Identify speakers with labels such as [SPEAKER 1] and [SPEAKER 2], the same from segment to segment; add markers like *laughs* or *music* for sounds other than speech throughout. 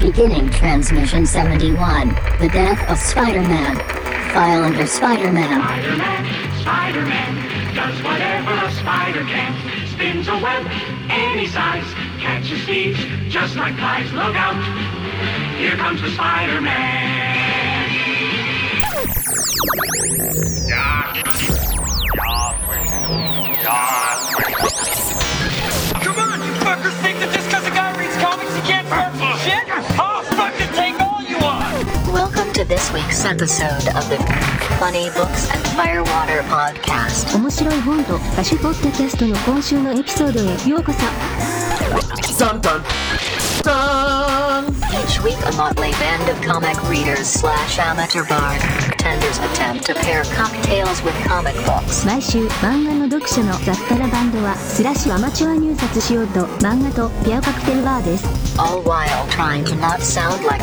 [SPEAKER 1] Beginning transmission 71. The death of Spider-Man. File under Spider-Man.
[SPEAKER 2] Spider-Man, Spider-Man does whatever a spider can. Spins a web any size, catches thieves just like flies. Look out! Here comes the Spider-Man.
[SPEAKER 3] Come on, you fuckers think that just because a guy reads comics he can't learn some shit? I'll fucking take all you want!
[SPEAKER 1] Welcome to this week's episode of the Funny Books and Firewater podcast.
[SPEAKER 4] 面白い本と歌手ポッドキャストの今週のエピソードへようこそ
[SPEAKER 5] Dun dun dun!
[SPEAKER 1] Each week, a motley band of comic readers slash amateur bartenders attempt to pair cocktails with comic books.
[SPEAKER 4] 毎週漫画の読者の雑多なバンドはスラッシュアマチュア入札しようと漫画とピアカクテルバーです
[SPEAKER 1] all while trying to not sound like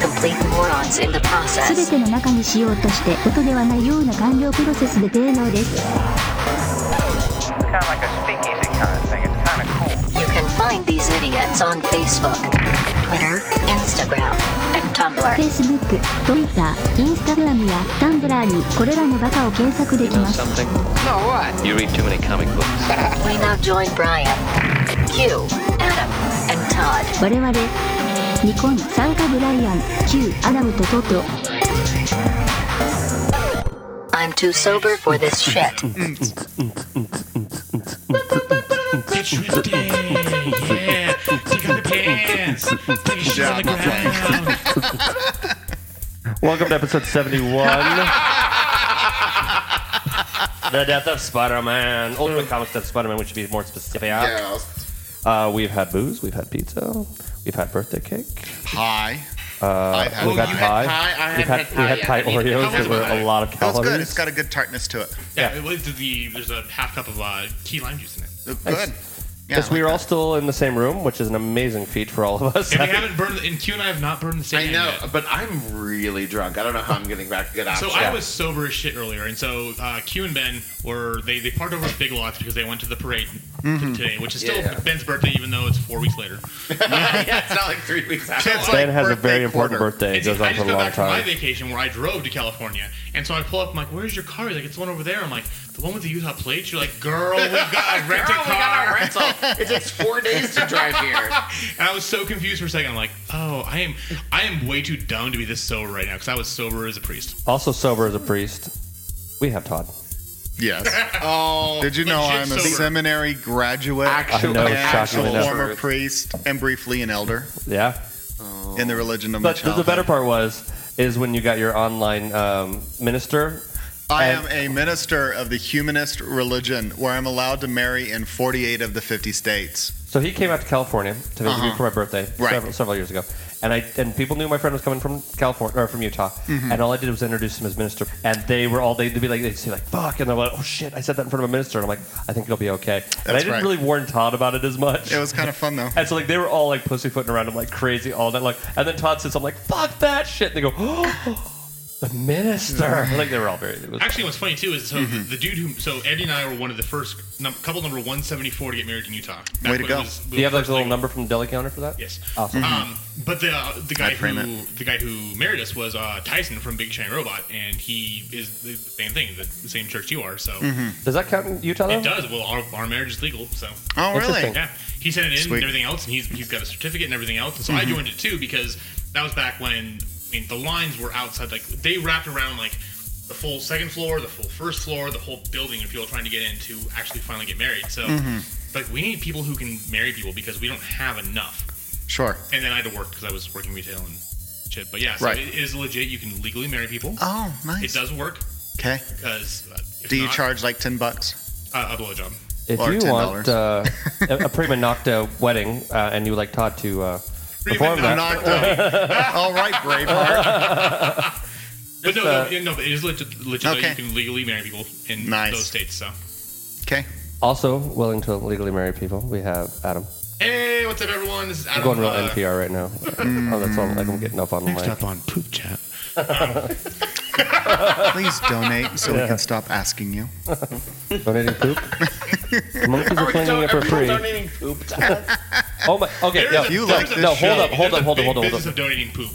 [SPEAKER 1] complete morons in the
[SPEAKER 4] 全
[SPEAKER 1] process.
[SPEAKER 4] ての中にしようとして音ではないような完了プロセスで芸能です
[SPEAKER 6] kind of like a speakeasy kind of thing. It's kind of cool.
[SPEAKER 1] You can find these idiots on Facebook, Twitter, Instagram, and Tumblr.
[SPEAKER 4] Facebook、Twitter、Instagram や Tumblr にこれらのバカを検索できます
[SPEAKER 7] You read too many comic books.
[SPEAKER 1] We now join Brian, Q, Adam, and Todd.
[SPEAKER 4] 我々ニコン参加ブライアン Q アダムとトト
[SPEAKER 1] I'm too sober for this shit.
[SPEAKER 8] Bitch, you dance, yeah. Take out the pants. Take your shoes on the ground.
[SPEAKER 9] Welcome to
[SPEAKER 5] *laughs*
[SPEAKER 9] episode 71. the death of Spider Man. Ultimate Comics Death of Spider Man, which should be more specific. Uh, we've had booze, we've had pizza, we've had birthday cake,
[SPEAKER 5] Hi.
[SPEAKER 9] uh,
[SPEAKER 5] had-
[SPEAKER 9] we've
[SPEAKER 5] Oh,
[SPEAKER 9] had
[SPEAKER 5] you had
[SPEAKER 9] pie.
[SPEAKER 5] pie, I
[SPEAKER 9] we've
[SPEAKER 5] had
[SPEAKER 9] had,
[SPEAKER 5] had
[SPEAKER 9] we had pie Oreos
[SPEAKER 5] That was
[SPEAKER 9] that were
[SPEAKER 5] mine.
[SPEAKER 9] a lot of
[SPEAKER 5] That's
[SPEAKER 9] calories.
[SPEAKER 5] good. It's got a good tartness to it.
[SPEAKER 8] Yeah, it was the, there's a half cup of uh, key lime juice in it.
[SPEAKER 5] Good. Yeah,
[SPEAKER 9] Because
[SPEAKER 5] I
[SPEAKER 9] we
[SPEAKER 5] like
[SPEAKER 9] were all
[SPEAKER 5] that.
[SPEAKER 9] still in the same room, which is an amazing feat for all of us.
[SPEAKER 8] And we haven't burned, and Q and I have not burned the
[SPEAKER 10] I
[SPEAKER 8] stadium
[SPEAKER 10] know,
[SPEAKER 8] yet.
[SPEAKER 10] but I'm really drunk. I don't know how I'm getting back. Good
[SPEAKER 8] So
[SPEAKER 10] option.
[SPEAKER 8] I was sober as shit earlier, and so uh, Q and Ben were they, they parked over at Big Lots because they went to the parade today, which is still
[SPEAKER 10] Yeah, yeah.
[SPEAKER 8] Ben's birthday, even though it's four weeks later.
[SPEAKER 10] yeah, it's not like three weeks after.
[SPEAKER 9] *laughs*
[SPEAKER 8] It's
[SPEAKER 9] ben has a
[SPEAKER 5] birthday
[SPEAKER 9] very important
[SPEAKER 5] quarter.
[SPEAKER 9] birthday. It
[SPEAKER 8] And see,
[SPEAKER 9] goes on
[SPEAKER 8] I
[SPEAKER 9] for
[SPEAKER 8] just
[SPEAKER 9] a
[SPEAKER 8] got
[SPEAKER 9] long
[SPEAKER 8] back from my
[SPEAKER 9] time.
[SPEAKER 8] vacation where I drove to California, and so I pull up. I'm like, "Where's your car?" He's like, "It's the one over there." I'm like, "The one with the Utah plates." You're like, "Girl, we got a rented
[SPEAKER 10] Girl, we got
[SPEAKER 8] car."
[SPEAKER 10] our rental. It takes four days to drive
[SPEAKER 8] *laughs*
[SPEAKER 10] here.
[SPEAKER 8] And I was so confused for a second. I'm like, "Oh, I am, I am way too dumb to be this sober right now because I was sober as a priest."
[SPEAKER 9] Also, sober as a priest. We have Todd. *laughs*
[SPEAKER 5] Yes.
[SPEAKER 10] Oh,
[SPEAKER 5] Did you know
[SPEAKER 8] Legit
[SPEAKER 5] I'm a
[SPEAKER 8] sober.
[SPEAKER 5] seminary graduate,
[SPEAKER 10] Actual-
[SPEAKER 9] I know,
[SPEAKER 5] an
[SPEAKER 9] it's
[SPEAKER 5] actual
[SPEAKER 9] shockingly enough.
[SPEAKER 5] former priest, and briefly an elder
[SPEAKER 9] Yeah.
[SPEAKER 5] in the religion of my
[SPEAKER 9] But the, the
[SPEAKER 5] childhood?
[SPEAKER 9] better part was, is when you got your online um, minister.
[SPEAKER 5] I am
[SPEAKER 9] and-
[SPEAKER 5] a minister of the humanist religion, where I'm allowed to marry in 48 of the 50 states.
[SPEAKER 9] So he came out to California to visit me for my birthday
[SPEAKER 5] Uh-huh. Right.
[SPEAKER 9] several, several years ago, and I and people knew my friend was coming from California or from Utah,
[SPEAKER 5] Mm-hmm.
[SPEAKER 9] and all I did was introduce him as minister, and they were all they'd be like they'd say like fuck, and I'm like oh shit, I said that in front of a minister, and I'm like I think it'll be okay, and I
[SPEAKER 5] That's
[SPEAKER 9] didn't
[SPEAKER 5] right.
[SPEAKER 9] really warn Todd about it as much.
[SPEAKER 5] It was kind of fun though.
[SPEAKER 9] *laughs* and so like they were all like pussyfooting around him like crazy all night long, and then Todd says I'm like fuck that shit, and they go oh, *gasps* the minister, like they were all very it was,
[SPEAKER 8] Actually, what's funny too is so
[SPEAKER 5] Mm-hmm.
[SPEAKER 8] the dude who so Eddie and I were one of the first num- couple number 174 to get married in Utah. Back
[SPEAKER 5] Way to
[SPEAKER 8] when it
[SPEAKER 5] go.
[SPEAKER 8] was-
[SPEAKER 9] do you have like
[SPEAKER 8] first
[SPEAKER 9] a little
[SPEAKER 8] legal.
[SPEAKER 9] number from the deli counter for that?
[SPEAKER 8] Yes.
[SPEAKER 9] Awesome.
[SPEAKER 8] Um, but the uh, the guy
[SPEAKER 5] I'd Mm-hmm. frame
[SPEAKER 8] who the guy who married us was uh, Tyson from Big Shiny Robot, and he is the same thing, the same church you are. So
[SPEAKER 5] Mm-hmm.
[SPEAKER 9] Does that count in Utah though?
[SPEAKER 8] it does. Well, our, our marriage is legal. So
[SPEAKER 5] Oh, really?
[SPEAKER 9] Interesting.
[SPEAKER 8] yeah, he sent it in
[SPEAKER 5] Sweet. Mm-hmm.
[SPEAKER 8] and everything else, and he's he's got a certificate and everything else. And so I joined it too because that was back when I mean the lines were outside, like they wrapped around like the full second floor, the full first floor, the whole building of people trying to get in to actually finally get married. So.
[SPEAKER 5] Mm-hmm.
[SPEAKER 8] Like we need people who can marry people because we don't have enough
[SPEAKER 5] Sure.
[SPEAKER 8] and then I had to work because I was working retail and shit. But yeah, so
[SPEAKER 5] Right.
[SPEAKER 8] it is legit. You can legally marry people.
[SPEAKER 5] Oh,
[SPEAKER 8] It
[SPEAKER 5] nice.
[SPEAKER 8] does work
[SPEAKER 5] Okay.
[SPEAKER 8] because uh, if
[SPEAKER 5] Do you
[SPEAKER 8] not,
[SPEAKER 5] charge like 10 bucks?
[SPEAKER 8] Uh, a blowjob?
[SPEAKER 9] If
[SPEAKER 5] Or
[SPEAKER 9] you
[SPEAKER 5] $10.
[SPEAKER 9] want uh, a, a prima nocta wedding uh, and you would like Todd to uh, perform that,
[SPEAKER 5] Knocked
[SPEAKER 9] *laughs*
[SPEAKER 5] out. All right, Braveheart.
[SPEAKER 8] But no,
[SPEAKER 9] uh,
[SPEAKER 8] no, no, but it is legit. legit though.
[SPEAKER 5] Okay.
[SPEAKER 8] You can legally marry people in
[SPEAKER 5] Nice.
[SPEAKER 8] those states. So
[SPEAKER 5] Okay.
[SPEAKER 9] also willing to legally marry people, we have Adam.
[SPEAKER 8] hey, what's up, everyone? This is Adam.
[SPEAKER 9] I'm going real
[SPEAKER 8] uh, mm.
[SPEAKER 9] NPR right now. oh, that's all. Like, I'm getting up on the mic.
[SPEAKER 8] on poop chat.
[SPEAKER 5] Please donate so we can stop asking you.
[SPEAKER 8] *laughs*
[SPEAKER 9] Donating poop. Monkeys are cleaning it for free.
[SPEAKER 10] donating poop? Todd?
[SPEAKER 9] Oh my. Okay.
[SPEAKER 8] There
[SPEAKER 9] no,
[SPEAKER 8] is a- You
[SPEAKER 9] no,
[SPEAKER 8] like this
[SPEAKER 9] no, hold
[SPEAKER 8] show.
[SPEAKER 9] up, hold
[SPEAKER 8] There's
[SPEAKER 9] up,
[SPEAKER 8] a
[SPEAKER 9] hold up,
[SPEAKER 8] big
[SPEAKER 9] hold up,
[SPEAKER 8] business
[SPEAKER 9] hold
[SPEAKER 8] of
[SPEAKER 9] up.
[SPEAKER 8] donating poop.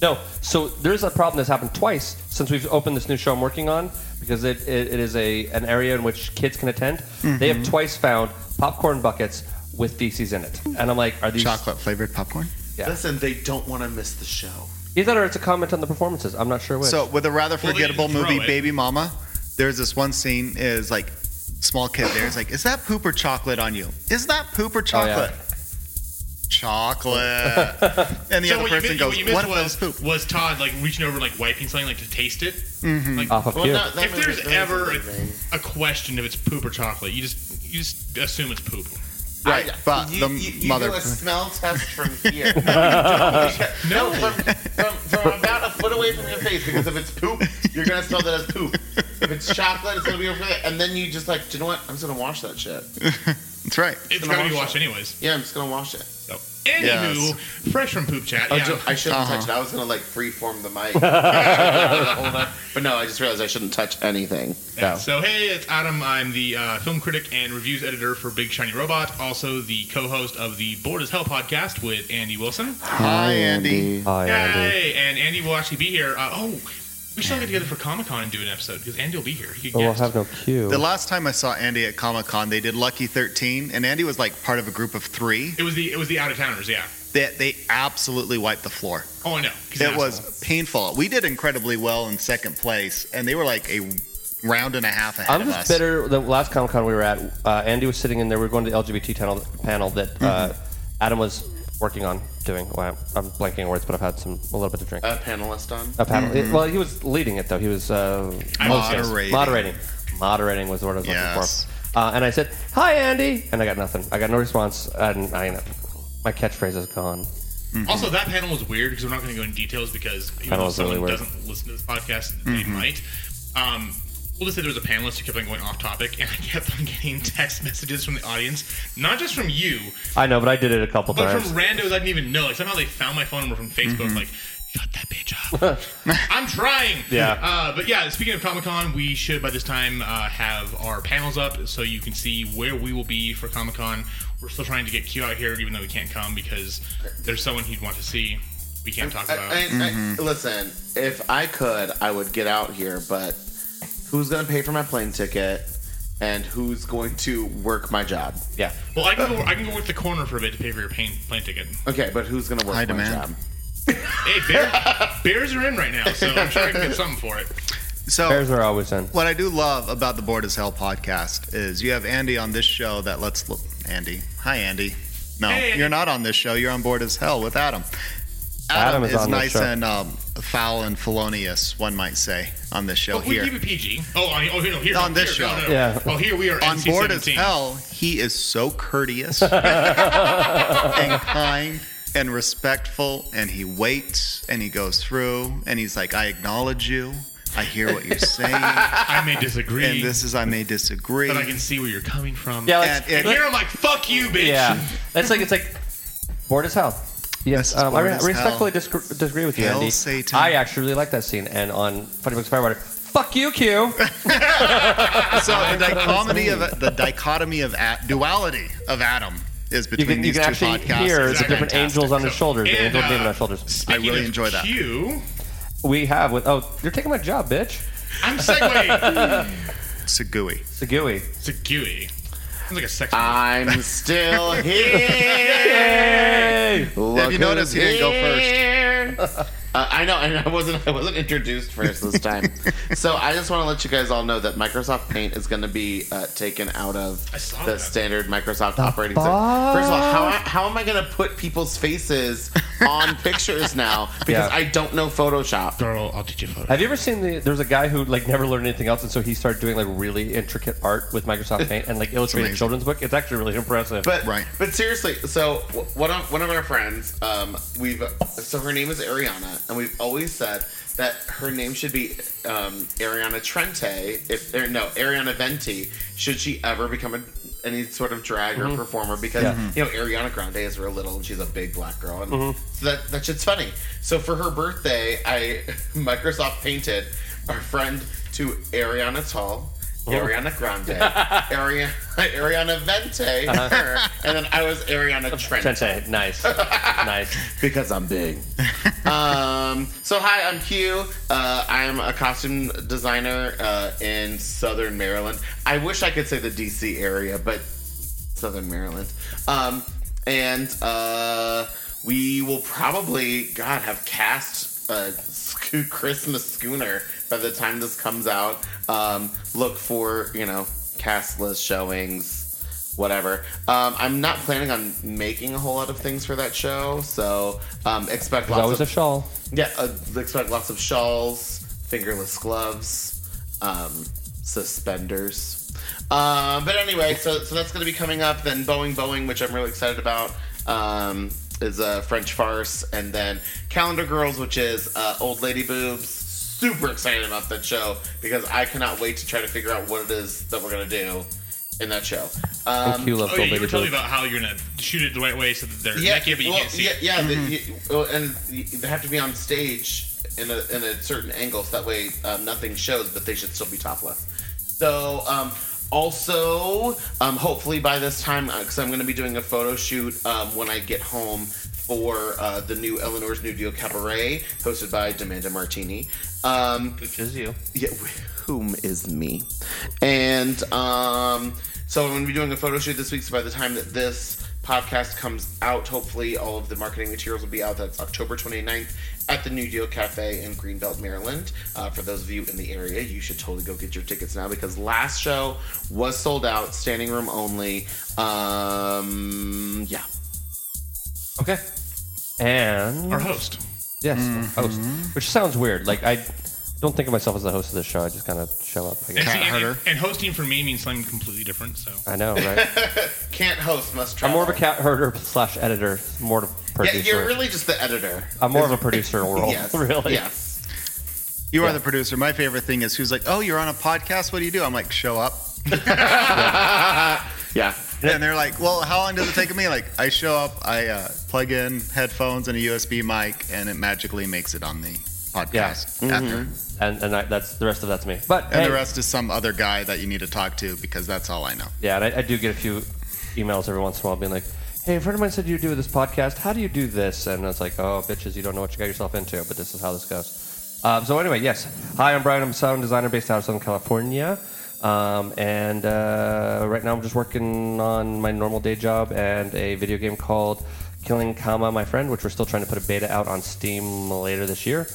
[SPEAKER 9] No. So there's a problem that's happened twice since we've opened this new show I'm working on because it, it, it is a an area in which kids can attend. They have
[SPEAKER 5] Mhm.
[SPEAKER 9] twice found popcorn buckets with feces in it, and I'm like, are these
[SPEAKER 5] Chocolate flavored popcorn?
[SPEAKER 9] Yeah.
[SPEAKER 10] Listen, they don't want to miss the show.
[SPEAKER 9] Either or it's a comment on the performances. I'm not sure which.
[SPEAKER 5] So with a rather
[SPEAKER 9] Well, they didn't
[SPEAKER 5] forgettable movie,
[SPEAKER 9] throw it.
[SPEAKER 5] Baby Mama, there's this one scene is like small kid there is like, is that poop or chocolate on you? Is that poop or
[SPEAKER 9] Oh, yeah.
[SPEAKER 5] chocolate? Chocolate. and the
[SPEAKER 8] so
[SPEAKER 5] other
[SPEAKER 8] what
[SPEAKER 5] person
[SPEAKER 8] you missed,
[SPEAKER 5] goes,
[SPEAKER 8] what you
[SPEAKER 5] "One
[SPEAKER 8] missed
[SPEAKER 5] of
[SPEAKER 8] was, was Todd like reaching over and like wiping something like to taste it.
[SPEAKER 5] Mhm.
[SPEAKER 8] Like,
[SPEAKER 5] Off
[SPEAKER 9] *laughs*
[SPEAKER 5] of Well, cue. that- that
[SPEAKER 8] if
[SPEAKER 5] movie-
[SPEAKER 8] there's
[SPEAKER 5] that
[SPEAKER 8] ever
[SPEAKER 5] movie's
[SPEAKER 8] a, a question if it's poop or chocolate, you just you just assume it's poop.
[SPEAKER 5] Right, but
[SPEAKER 10] You,
[SPEAKER 5] the
[SPEAKER 10] you, you
[SPEAKER 5] mother.
[SPEAKER 10] do a smell test from here.
[SPEAKER 8] *laughs* No.
[SPEAKER 10] no, from, from, from about a foot away from your face because if it's poop, you're gonna smell that as poop. If it's chocolate, it's gonna be over there, and then you just like, do you know what? I'm just gonna wash that shit.
[SPEAKER 5] *laughs* That's right.
[SPEAKER 8] It's
[SPEAKER 10] Gonna
[SPEAKER 8] gotta be
[SPEAKER 10] wash
[SPEAKER 8] washed anyways.
[SPEAKER 10] Yeah, I'm just gonna wash it.
[SPEAKER 8] So, Anywho, fresh from poop chat.
[SPEAKER 10] Oh,
[SPEAKER 8] yeah.
[SPEAKER 10] Jo- I shouldn't touch it. I was gonna like freeform the mic. Hold on. but no, I just realized I shouldn't touch anything.
[SPEAKER 8] Yeah. *laughs* So hey, it's Adam. I'm the uh, film critic and reviews editor for Big Shiny Robot. Also the co-host of the Bored as Hell podcast with Andy Wilson.
[SPEAKER 5] Hi, Andy.
[SPEAKER 9] Hi,
[SPEAKER 8] Yay! And Andy will actually be here. Uh, oh, we still get together for Comic Con and do an episode because Andy will be here. He could guest.
[SPEAKER 9] Oh, have no cue.
[SPEAKER 5] The last time I saw Andy at Comic Con, they did Lucky 13, and Andy was like part of a group of three
[SPEAKER 8] It was the it was the out of towners. Yeah.
[SPEAKER 5] that they absolutely wiped the floor.
[SPEAKER 8] Oh, I know. He's an
[SPEAKER 5] It was painful. We did incredibly well in second place, and they were like a round and a half ahead
[SPEAKER 9] I'm
[SPEAKER 5] of
[SPEAKER 9] just
[SPEAKER 5] us.
[SPEAKER 9] bitter. The last Comic Con we were at, uh, Andy was sitting in there. We were going to the LGBT panel, panel that uh,
[SPEAKER 5] Mm-hmm.
[SPEAKER 9] Adam was working on doing. Well, I'm blanking on words, but I've had some a little bit to drink.
[SPEAKER 10] A panelist on.
[SPEAKER 9] a panel.
[SPEAKER 10] Mhm.
[SPEAKER 9] well, he was leading it though. He was uh,
[SPEAKER 10] I'm
[SPEAKER 9] host, yes.
[SPEAKER 10] moderating.
[SPEAKER 9] Moderating. Moderating was the word I was
[SPEAKER 10] Yes.
[SPEAKER 9] looking for. Uh, and I said, "Hi, Andy," and I got nothing. I got no response, and I, my catchphrase is gone.
[SPEAKER 8] Also, that panel was weird because we're not going to go into details because even
[SPEAKER 9] Panel
[SPEAKER 8] though
[SPEAKER 9] was really
[SPEAKER 8] someone
[SPEAKER 9] weird.
[SPEAKER 8] doesn't listen to this podcast, they
[SPEAKER 9] Mhm.
[SPEAKER 5] Mm-hmm.
[SPEAKER 8] might. Um, we'll just say there was a panelist who kept on going off topic, and I kept on getting *laughs* text messages from the audience, not just from you,
[SPEAKER 9] I know, but I did it a couple
[SPEAKER 8] but
[SPEAKER 9] times.
[SPEAKER 8] from randos I didn't even know. Like somehow they found my phone number from Facebook. Like, shut that bitch up. I'm trying.
[SPEAKER 9] Yeah.
[SPEAKER 8] Uh, but yeah, speaking of Comic Con, we should by this time uh, have our panels up so you can see where we will be for Comic Con. We're still trying to get Q out here, even though we can't come because there's someone he'd want to see. We can't talk
[SPEAKER 10] I-
[SPEAKER 8] about.
[SPEAKER 10] I- I- listen, if I could, I would get out here, but who's going to pay for my plane ticket and who's going to work my job?
[SPEAKER 9] Yeah.
[SPEAKER 8] Well, I can go. I can go work the corner for a bit to pay for your pain, plane ticket.
[SPEAKER 10] Okay, but who's going to work my job?
[SPEAKER 8] Hey, bear, bears are in right now, so I'm sure I can get something for it.
[SPEAKER 5] So
[SPEAKER 9] Bears are always in.
[SPEAKER 5] What I do love about the Board as Hell podcast is you have Andy on this show that lets look, Andy. Hi, Andy. No,
[SPEAKER 8] Hey, Andy.
[SPEAKER 5] you're not on this show. You're on Board as Hell with Adam.
[SPEAKER 9] Adam is
[SPEAKER 5] is,
[SPEAKER 9] on this
[SPEAKER 5] nice
[SPEAKER 9] show.
[SPEAKER 5] and um, foul and felonious, one might say, on this show
[SPEAKER 8] But Oh, we
[SPEAKER 5] here.
[SPEAKER 8] keep it PG. Oh, I- oh, here, no, here,
[SPEAKER 5] on
[SPEAKER 8] no,
[SPEAKER 5] this
[SPEAKER 8] here,
[SPEAKER 5] show,
[SPEAKER 8] no, no, no. Oh, here we are.
[SPEAKER 5] on
[SPEAKER 8] NC-17.
[SPEAKER 5] board as hell. He is
[SPEAKER 9] *laughs*
[SPEAKER 5] so courteous and kind and respectful, and he waits and he goes through and he's like, "I acknowledge you. I hear what
[SPEAKER 8] *laughs*
[SPEAKER 5] you're saying.
[SPEAKER 8] I may disagree.
[SPEAKER 5] and this is I may disagree."
[SPEAKER 8] But I can see where you're coming from.
[SPEAKER 9] Yeah,
[SPEAKER 8] and,
[SPEAKER 9] let's-
[SPEAKER 8] and here I'm like, fuck you, bitch.
[SPEAKER 9] Yeah. It's like it's like bored as hell. Yes, um, I
[SPEAKER 8] bored
[SPEAKER 9] re-
[SPEAKER 8] as
[SPEAKER 9] respectfully disgr- disagree with you,
[SPEAKER 8] Hell,
[SPEAKER 9] Andy.
[SPEAKER 8] Satan.
[SPEAKER 9] I actually really like that scene, and on Funny Books of Firewater, fuck you, Q.
[SPEAKER 5] *laughs* so the dichotomy of the dichotomy of a, duality of Adam is
[SPEAKER 9] you
[SPEAKER 5] between
[SPEAKER 9] can, you
[SPEAKER 5] these
[SPEAKER 9] can
[SPEAKER 5] two
[SPEAKER 9] actually
[SPEAKER 5] podcasts.
[SPEAKER 9] hear
[SPEAKER 5] It's
[SPEAKER 9] the different
[SPEAKER 5] fantastic.
[SPEAKER 9] angels on his shoulders, the
[SPEAKER 5] and,
[SPEAKER 9] angel
[SPEAKER 5] uh,
[SPEAKER 9] David on his shoulders.
[SPEAKER 5] I really enjoy that.
[SPEAKER 8] Q.
[SPEAKER 9] We have with oh, you're taking my job, bitch.
[SPEAKER 8] I'm segueing.
[SPEAKER 5] *laughs* Segui.
[SPEAKER 9] Segui.
[SPEAKER 8] Segui. E. Sounds like a sex.
[SPEAKER 9] Ah.
[SPEAKER 10] I'm still
[SPEAKER 8] Yay!
[SPEAKER 10] here.
[SPEAKER 8] Have you noticed he didn't go first?
[SPEAKER 10] first? Uh, I know, and I wasn't. I wasn't introduced first this
[SPEAKER 9] *laughs*
[SPEAKER 10] time. so I just want to let you guys all know that Microsoft Paint is going to be uh, taken out of the standard Microsoft operating system. First of all, how,
[SPEAKER 9] fuck?
[SPEAKER 10] how am I going to put people's faces
[SPEAKER 9] *laughs*
[SPEAKER 10] on pictures now? Because
[SPEAKER 9] Yeah.
[SPEAKER 10] I don't know Photoshop.
[SPEAKER 8] Girl, I'll teach you Photoshop.
[SPEAKER 9] Have you ever seen the? There's a guy who like never learned anything else, and so he started doing like really intricate art with
[SPEAKER 10] *laughs*
[SPEAKER 9] Microsoft Paint and like illustrated
[SPEAKER 10] amazing.
[SPEAKER 9] children's book. It's actually really impressive.
[SPEAKER 10] But But seriously, so w- one of one of our friends, um, we've so her name is Ariana, and we've always said that her name should be um, Ariana Trente. If or no, Ariana Venti. Should she ever become a, any sort of drag
[SPEAKER 9] Mhm.
[SPEAKER 10] or performer? Because
[SPEAKER 9] Yeah. Mhm.
[SPEAKER 10] you know Ariana Grande is real little, and she's a big black girl, and
[SPEAKER 9] Mhm.
[SPEAKER 10] so that that shit's funny. So for her *laughs* birthday, I Microsoft painted our friend to Ariana Tall Ariana Grande, Ariana, Ariana Vente,
[SPEAKER 9] Uh-huh.
[SPEAKER 10] her, *laughs* and then I was Ariana Trent.
[SPEAKER 9] Sensei,
[SPEAKER 10] *laughs*
[SPEAKER 9] nice, nice.
[SPEAKER 10] Because I'm big. um, so hi, I'm Q. Uh, I'm a costume designer uh, in Southern Maryland. I wish I could say the DC area, but Southern Maryland. Um, and uh, we will probably, God, have cast a sco- Christmas schooner by the time this comes out. Um, look for, you know, cast list showings, whatever. Um, I'm not planning on making a whole lot of things for that show, so um, expect
[SPEAKER 9] There's
[SPEAKER 10] lots
[SPEAKER 9] always
[SPEAKER 10] of
[SPEAKER 9] a shawl.
[SPEAKER 10] yeah, uh, expect lots of shawls, fingerless gloves, um, suspenders. Um, but anyway, so so that's going to be coming up. Then Boeing Boeing, which I'm really excited about, um, is a French farce, and then Calendar Girls, which is uh, old lady boobs. Super excited about that show because I cannot wait to try to figure out what it is that we're going to do in that show. Um,
[SPEAKER 9] Q loves
[SPEAKER 8] Oh,
[SPEAKER 9] old
[SPEAKER 8] yeah, you
[SPEAKER 9] lady
[SPEAKER 8] were telling me
[SPEAKER 9] boobs.
[SPEAKER 8] about how you're gonna shoot it the right way so that they're naked, but you
[SPEAKER 10] well,
[SPEAKER 8] can't see.
[SPEAKER 10] yeah,
[SPEAKER 8] it.
[SPEAKER 10] yeah, the- you- well, and you- they have to be on stage in a, in a certain angle, so that way um, nothing shows, but they should still be topless. So, um, also, um, hopefully by this time, because I'm going to be doing a photo shoot um, when I get home for uh, the new Eleanor's New Deal Cabaret, hosted by Demanda Martini. Um,
[SPEAKER 9] Which is you.
[SPEAKER 10] yeah, wh- whom is me? And um, so I'm going to be doing a photo shoot this week. So by the time that this podcast comes out, hopefully all of the marketing materials will be out. That's October 29th at the New Deal Cafe in Greenbelt, Maryland. Uh, for those of you in the area, you should totally go get your tickets now because last show was sold out, standing room only. Um, yeah.
[SPEAKER 9] Okay. And
[SPEAKER 8] Our host.
[SPEAKER 9] yes,
[SPEAKER 10] Mm-hmm.
[SPEAKER 9] host, which sounds weird. Like I don't think of myself as the host of this show. I just kind of show up. I,
[SPEAKER 8] And,
[SPEAKER 9] guess.
[SPEAKER 8] see, and,
[SPEAKER 5] harder.
[SPEAKER 8] and hosting for me means something completely different. So
[SPEAKER 9] I know,
[SPEAKER 10] *laughs*
[SPEAKER 9] right?
[SPEAKER 10] Can't host, must try.
[SPEAKER 9] I'm more of a cat herder slash editor, more of a
[SPEAKER 10] Yeah,
[SPEAKER 9] producer.
[SPEAKER 10] you're really just the editor.
[SPEAKER 9] I'm more of
[SPEAKER 10] *laughs*
[SPEAKER 9] a producer role, *laughs*
[SPEAKER 10] Yes.
[SPEAKER 9] really.
[SPEAKER 10] Yes.
[SPEAKER 5] You are the producer. My favorite thing is who's like, oh, you're on a podcast. What do you do? I'm like, show up.
[SPEAKER 10] *laughs* Yeah.
[SPEAKER 5] And they're like, well, how long does it take me? Like, I show up, I uh, plug in headphones and a USB mic, and it magically makes it on the
[SPEAKER 9] Yeah.
[SPEAKER 5] podcast after.
[SPEAKER 10] Mm-hmm.
[SPEAKER 9] And and I, that's the rest of that's me. But
[SPEAKER 5] And
[SPEAKER 9] hey,
[SPEAKER 5] the rest is some other guy that you need to talk to because that's all I know.
[SPEAKER 9] yeah, and I, I do get a few emails every once in a while being like, "Hey, a friend of mine said you do this podcast. How do you do this?" And it's like, "Oh, bitches, you don't know what you got yourself into." But this is how this goes. Um, so anyway, yes. Hi, I'm Brian. I'm a sound designer based out of Southern California. Um, and uh, right now, I'm just working on my normal day job and a video game called Killing Kama, my friend, which we're still trying to put a beta out on Steam later this year.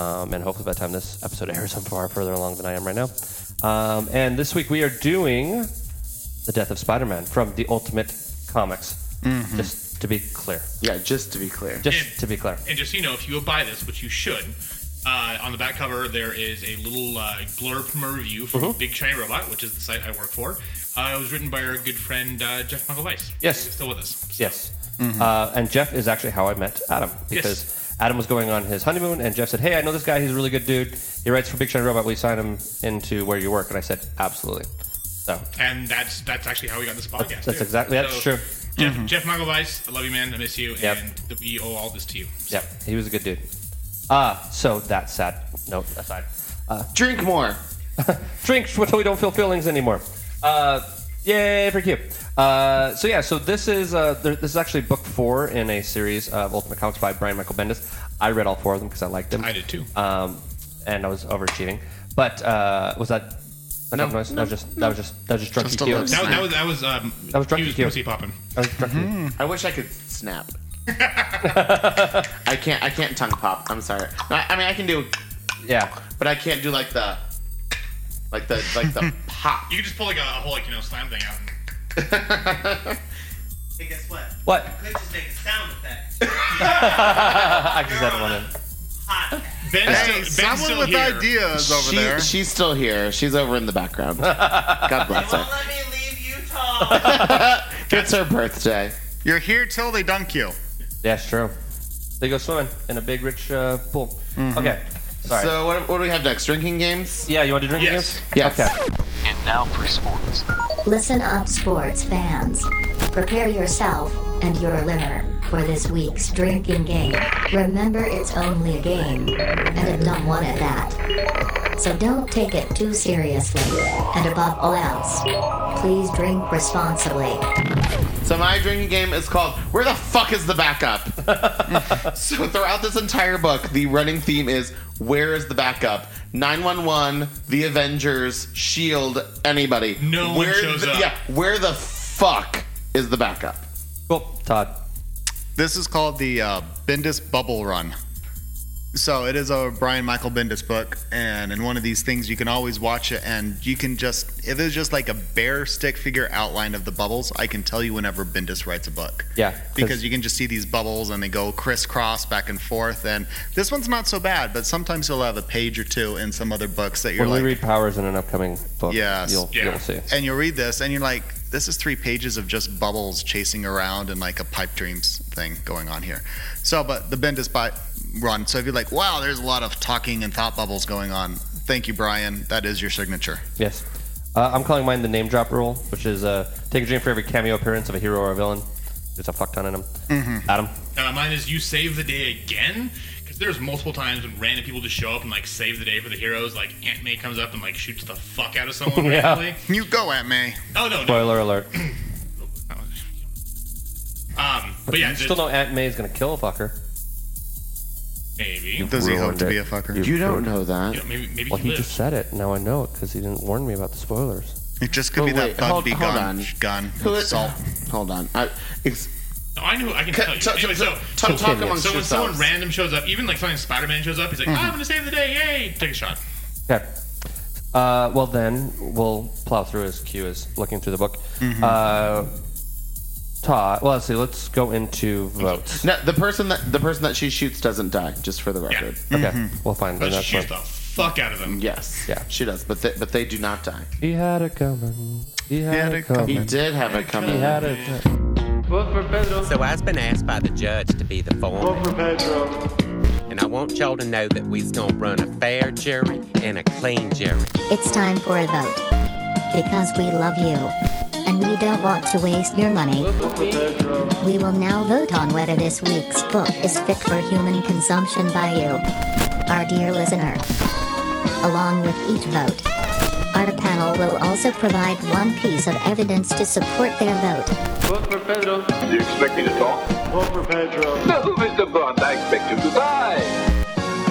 [SPEAKER 9] Um, and hopefully, by the time this episode airs, I'm far further along than I am right now. Um, and this week, we are doing the death of Spider-Man from the Ultimate Comics. Just to be clear.
[SPEAKER 10] Yeah, just to be clear.
[SPEAKER 9] Just
[SPEAKER 8] Yeah.
[SPEAKER 9] to be clear.
[SPEAKER 8] And just so you know, if you go buy this, which you should, uh, on the back cover there is a little uh, blurb from a review from
[SPEAKER 9] Mm-hmm.
[SPEAKER 8] Big Shiny Robot, which is the site I work for. Uh, it was written by our good friend uh, Jeff Michael Weiss.
[SPEAKER 9] Yes.
[SPEAKER 8] He's still with us.
[SPEAKER 9] Yes. Uh, and Jeff is actually how I met Adam because Adam was going on his honeymoon, and Jeff said, "Hey, I know this guy. He's a really good dude. He writes for Big Shiny Robot. Will you sign him into where you work?" And I said, "Absolutely." So
[SPEAKER 8] And that's that's actually how we got this podcast.
[SPEAKER 9] that's
[SPEAKER 8] too.
[SPEAKER 9] exactly- that's true.
[SPEAKER 8] Jeff, Jeff Michael Weiss, I love you, man. I miss you,
[SPEAKER 9] Yep.
[SPEAKER 8] and we owe all this to you.
[SPEAKER 9] yeah, he was a good dude. Ah, so that sad note aside,
[SPEAKER 10] Drink more.
[SPEAKER 9] drink *laughs* until we don't feel feelings anymore. Uh, yay for Q. Uh, so yeah, so this is uh, there, this is actually book four in a series of Ultimate Comics by Brian Michael Bendis. I read all four of them because I liked them.
[SPEAKER 8] I did too.
[SPEAKER 9] Um, and I was overachieving. But uh, was that? that
[SPEAKER 10] No,
[SPEAKER 9] noise?
[SPEAKER 10] no,
[SPEAKER 9] that was just that was just that was just drunk
[SPEAKER 5] Just a
[SPEAKER 9] EQ.
[SPEAKER 5] little-
[SPEAKER 8] That, was- that was that was um,
[SPEAKER 9] That was drunk
[SPEAKER 8] he was
[SPEAKER 9] EQ.
[SPEAKER 8] pussy popping.
[SPEAKER 9] That was drunk EQ.
[SPEAKER 10] I wish I could snap. I can't. I can't tongue pop. I'm sorry. No, I, I mean, I can do, Mm-hmm.
[SPEAKER 9] Yeah,
[SPEAKER 10] but I can't do like the, like the, like the pop.
[SPEAKER 8] You could just pull like a, a whole like you know slam thing out. And,
[SPEAKER 11] Hey, guess what?
[SPEAKER 9] What? *laughs*
[SPEAKER 11] I could just make a sound
[SPEAKER 7] *laughs*
[SPEAKER 11] effect.
[SPEAKER 9] I just had one in.
[SPEAKER 11] Hot.
[SPEAKER 8] Ben's
[SPEAKER 5] Hey,
[SPEAKER 8] still, Ben's
[SPEAKER 5] someone
[SPEAKER 8] still
[SPEAKER 5] with
[SPEAKER 8] here.
[SPEAKER 5] ideas over
[SPEAKER 10] She,
[SPEAKER 5] there.
[SPEAKER 10] she's still here. She's over in the background. God
[SPEAKER 12] *laughs*
[SPEAKER 10] bless
[SPEAKER 11] Won't let
[SPEAKER 10] her.
[SPEAKER 11] me leave Utah.
[SPEAKER 10] It's her birthday.
[SPEAKER 5] You're here till they dunk you.
[SPEAKER 9] Yeah, it's true. They go swimming in a big rich uh, pool.
[SPEAKER 10] Mm-hmm.
[SPEAKER 9] Okay, sorry.
[SPEAKER 10] So what, what do we have next? Drinking games?
[SPEAKER 9] yeah, you want to do drinking
[SPEAKER 8] Yes.
[SPEAKER 9] games?
[SPEAKER 10] Yes.
[SPEAKER 9] Okay.
[SPEAKER 7] And *laughs* now for sports.
[SPEAKER 1] *laughs* Listen up, sports fans. Prepare yourself and your liver for this week's drinking game. Remember, it's only a game, and a dumb one at that. so don't take it too seriously. And above all else, please drink responsibly.
[SPEAKER 10] So my drinking game is called "Where the fuck is the backup?" *laughs* so throughout this entire book, the running theme is "Where is the backup?" 911, the Avengers, Shield, E anybody.
[SPEAKER 8] No one
[SPEAKER 10] where
[SPEAKER 8] shows
[SPEAKER 10] the,
[SPEAKER 8] up.
[SPEAKER 10] Yeah, where the fuck is the backup?
[SPEAKER 9] Cool, Todd.
[SPEAKER 5] This is called the uh, Bendis Bubble Run. So it is a Brian Michael Bendis book, and in one of these things, you can always watch it, and you can just if it's just like a bare stick figure outline of the bubbles, I can tell you whenever Bendis writes a book.
[SPEAKER 9] Yeah, 'cause-
[SPEAKER 5] because you can just see these bubbles and they go crisscross back and forth. And this one's not so bad, but sometimes you'll have a page or two in some other books that you're
[SPEAKER 9] When
[SPEAKER 5] like,
[SPEAKER 9] we read Powers in an upcoming book,
[SPEAKER 5] Yes.
[SPEAKER 9] you'll, you'll see.
[SPEAKER 5] and you read this and you're like, this is three pages of just bubbles chasing around and like a pipe dreams thing going on here. So, but the Bendis by run. So if you're like, wow, there's a lot of talking and thought bubbles going on. Thank you, Brian. That is your signature.
[SPEAKER 9] Yes. Uh, I'm calling mine the name drop rule, which is uh, take a drink for every cameo appearance of a hero or a villain. There's a fuck ton in them.
[SPEAKER 5] Mm-hmm.
[SPEAKER 8] Mhm.
[SPEAKER 9] Adam.
[SPEAKER 8] Uh, mine is you save the day again because there's multiple times when random people just show up and like save the day for the heroes. Like Aunt May comes up and like shoots the fuck out of
[SPEAKER 9] *laughs*
[SPEAKER 8] someone. randomly.
[SPEAKER 5] You go, Aunt May.
[SPEAKER 8] Oh no, no.
[SPEAKER 9] Spoiler alert.
[SPEAKER 8] Um, but yeah,
[SPEAKER 9] you
[SPEAKER 8] the-
[SPEAKER 9] still know Aunt May is gonna kill a fucker.
[SPEAKER 8] maybe.
[SPEAKER 9] You've
[SPEAKER 5] Does he hope
[SPEAKER 9] ruined
[SPEAKER 5] to
[SPEAKER 9] it.
[SPEAKER 5] be a fucker?
[SPEAKER 9] You've
[SPEAKER 10] You don't
[SPEAKER 9] ruined it.
[SPEAKER 10] know that.
[SPEAKER 8] You know, maybe maybe
[SPEAKER 9] Well,
[SPEAKER 8] he
[SPEAKER 9] he
[SPEAKER 8] lives.
[SPEAKER 9] just said it. Now I know it because he didn't warn me about the spoilers.
[SPEAKER 5] It just could be
[SPEAKER 10] But wait,
[SPEAKER 5] that
[SPEAKER 10] hold-
[SPEAKER 5] Bugby
[SPEAKER 10] hold
[SPEAKER 5] gun.
[SPEAKER 10] on.
[SPEAKER 5] Gun.
[SPEAKER 10] Who is-
[SPEAKER 5] salt.
[SPEAKER 10] Hold on. I, ex-
[SPEAKER 8] No, I knew I can
[SPEAKER 10] Ca-
[SPEAKER 8] tell you.
[SPEAKER 10] ta- ta-
[SPEAKER 8] Anyway, so,
[SPEAKER 10] ta-
[SPEAKER 8] so,
[SPEAKER 10] talk amongst
[SPEAKER 8] so when someone
[SPEAKER 10] yourselves.
[SPEAKER 8] random shows up, even like something Spider-Man shows up, he's
[SPEAKER 10] Mm-hmm.
[SPEAKER 8] like, "Ah, "I'm gonna save the day, yay!" Take a shot.
[SPEAKER 9] Okay. Uh, well, then we'll plow through as Q is looking through the book.
[SPEAKER 5] Mm-hmm.
[SPEAKER 9] Uh, Todd. Well, let's see. Let's go into votes.
[SPEAKER 10] no, the person that the person that she shoots doesn't die. Just for the record.
[SPEAKER 5] Mm-hmm.
[SPEAKER 9] Okay. We'll find the
[SPEAKER 8] But she
[SPEAKER 9] next one.
[SPEAKER 8] shoots the fuck out of them.
[SPEAKER 10] Yes.
[SPEAKER 9] Yeah.
[SPEAKER 10] She does, but they, but they do not die.
[SPEAKER 9] He had it coming. He had,
[SPEAKER 5] had
[SPEAKER 9] it
[SPEAKER 5] it
[SPEAKER 9] coming.
[SPEAKER 10] He did have it coming.
[SPEAKER 9] He had it.
[SPEAKER 12] So I've been asked by the judge to be the foreman. And I want y'all to know that we's gonna run a fair jury and a clean jury.
[SPEAKER 1] It's time for a vote. Because we love you. And we don't want to waste your money. We will now vote on whether this week's book is fit for human consumption by you, our dear listener. Along with each vote, our panel will also provide one piece of evidence to support their vote.
[SPEAKER 13] You expect me to talk? Vote for Pedro. No, Mr. Bond, I expect you to die.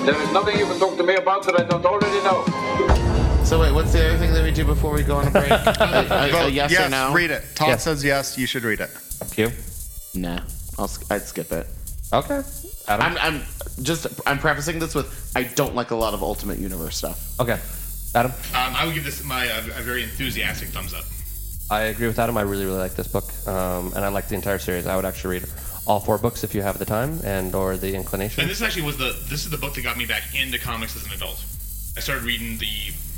[SPEAKER 13] There is nothing you can talk to me about that I don't already know.
[SPEAKER 10] So wait, what's the other thing that we do before we go on
[SPEAKER 9] *laughs*
[SPEAKER 10] a break? a, a- a
[SPEAKER 5] Vote
[SPEAKER 10] yes, or no?
[SPEAKER 5] Read it. Todd
[SPEAKER 9] Yes.
[SPEAKER 5] says yes. You should read it.
[SPEAKER 9] Q.
[SPEAKER 10] Nah, I'll sk- I'd skip it.
[SPEAKER 9] Okay. Adam.
[SPEAKER 10] I'm, I'm just I'm prefacing this with I don't like a lot of Ultimate Universe stuff.
[SPEAKER 9] Okay. Adam.
[SPEAKER 8] Um, I would give this my uh, a very enthusiastic thumbs up.
[SPEAKER 9] I agree with Adam. I really, really like this book, um, and I like the entire series. I would actually read all four books if you have the time and or the inclination.
[SPEAKER 8] And this actually was the this is the book that got me back into comics as an adult. I started reading the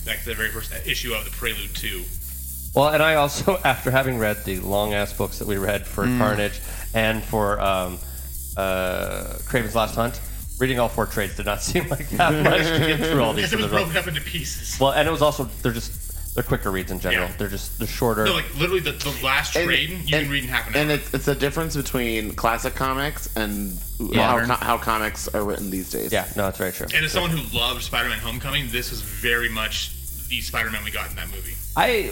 [SPEAKER 8] like the very first issue of the Prelude Two.
[SPEAKER 9] Well, and I also, *laughs* after having read the long ass books that we read for
[SPEAKER 5] Mm.
[SPEAKER 9] Carnage and for um, uh, Craven's Last Hunt, reading all four trades did not *laughs* seem like that much to get through all these.
[SPEAKER 8] Because it was
[SPEAKER 9] things.
[SPEAKER 8] broken up into pieces.
[SPEAKER 9] Well, and it was also they're just they're quicker reads in general. They're just they're shorter.
[SPEAKER 8] No, like literally the, the last
[SPEAKER 10] And-
[SPEAKER 8] trade you can read in half an hour.
[SPEAKER 10] And it's it's a difference between classic comics and how,
[SPEAKER 9] Modern.
[SPEAKER 10] co- how comics are written these days.
[SPEAKER 9] yeah, no, it's very true.
[SPEAKER 8] And as someone who loved Spider-Man: Homecoming, this was very much the Spider-Man we got in that movie.
[SPEAKER 9] I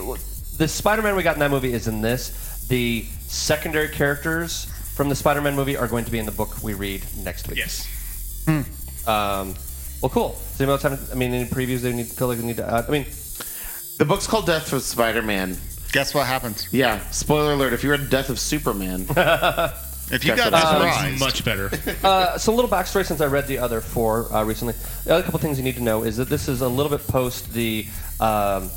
[SPEAKER 9] the Spider-Man we got in that movie is in this. The secondary characters from the Spider-Man movie are going to be in the book we read next week.
[SPEAKER 8] Yes.
[SPEAKER 9] Um, well, cool. Does anybody else have? I mean, any previews they need feel like they need to? Add? I mean,
[SPEAKER 10] The book's called Death of Spider-Man.
[SPEAKER 5] Guess what happens?
[SPEAKER 10] Yeah. Spoiler alert: If you read Death
[SPEAKER 9] *laughs*
[SPEAKER 10] of Superman,
[SPEAKER 5] If you
[SPEAKER 10] Guess
[SPEAKER 5] got
[SPEAKER 10] what happens?
[SPEAKER 5] surprised,
[SPEAKER 8] Much better.
[SPEAKER 9] uh, so a little backstory since I read the other four uh, recently. The other couple things you need to know is that this is a little bit post the um,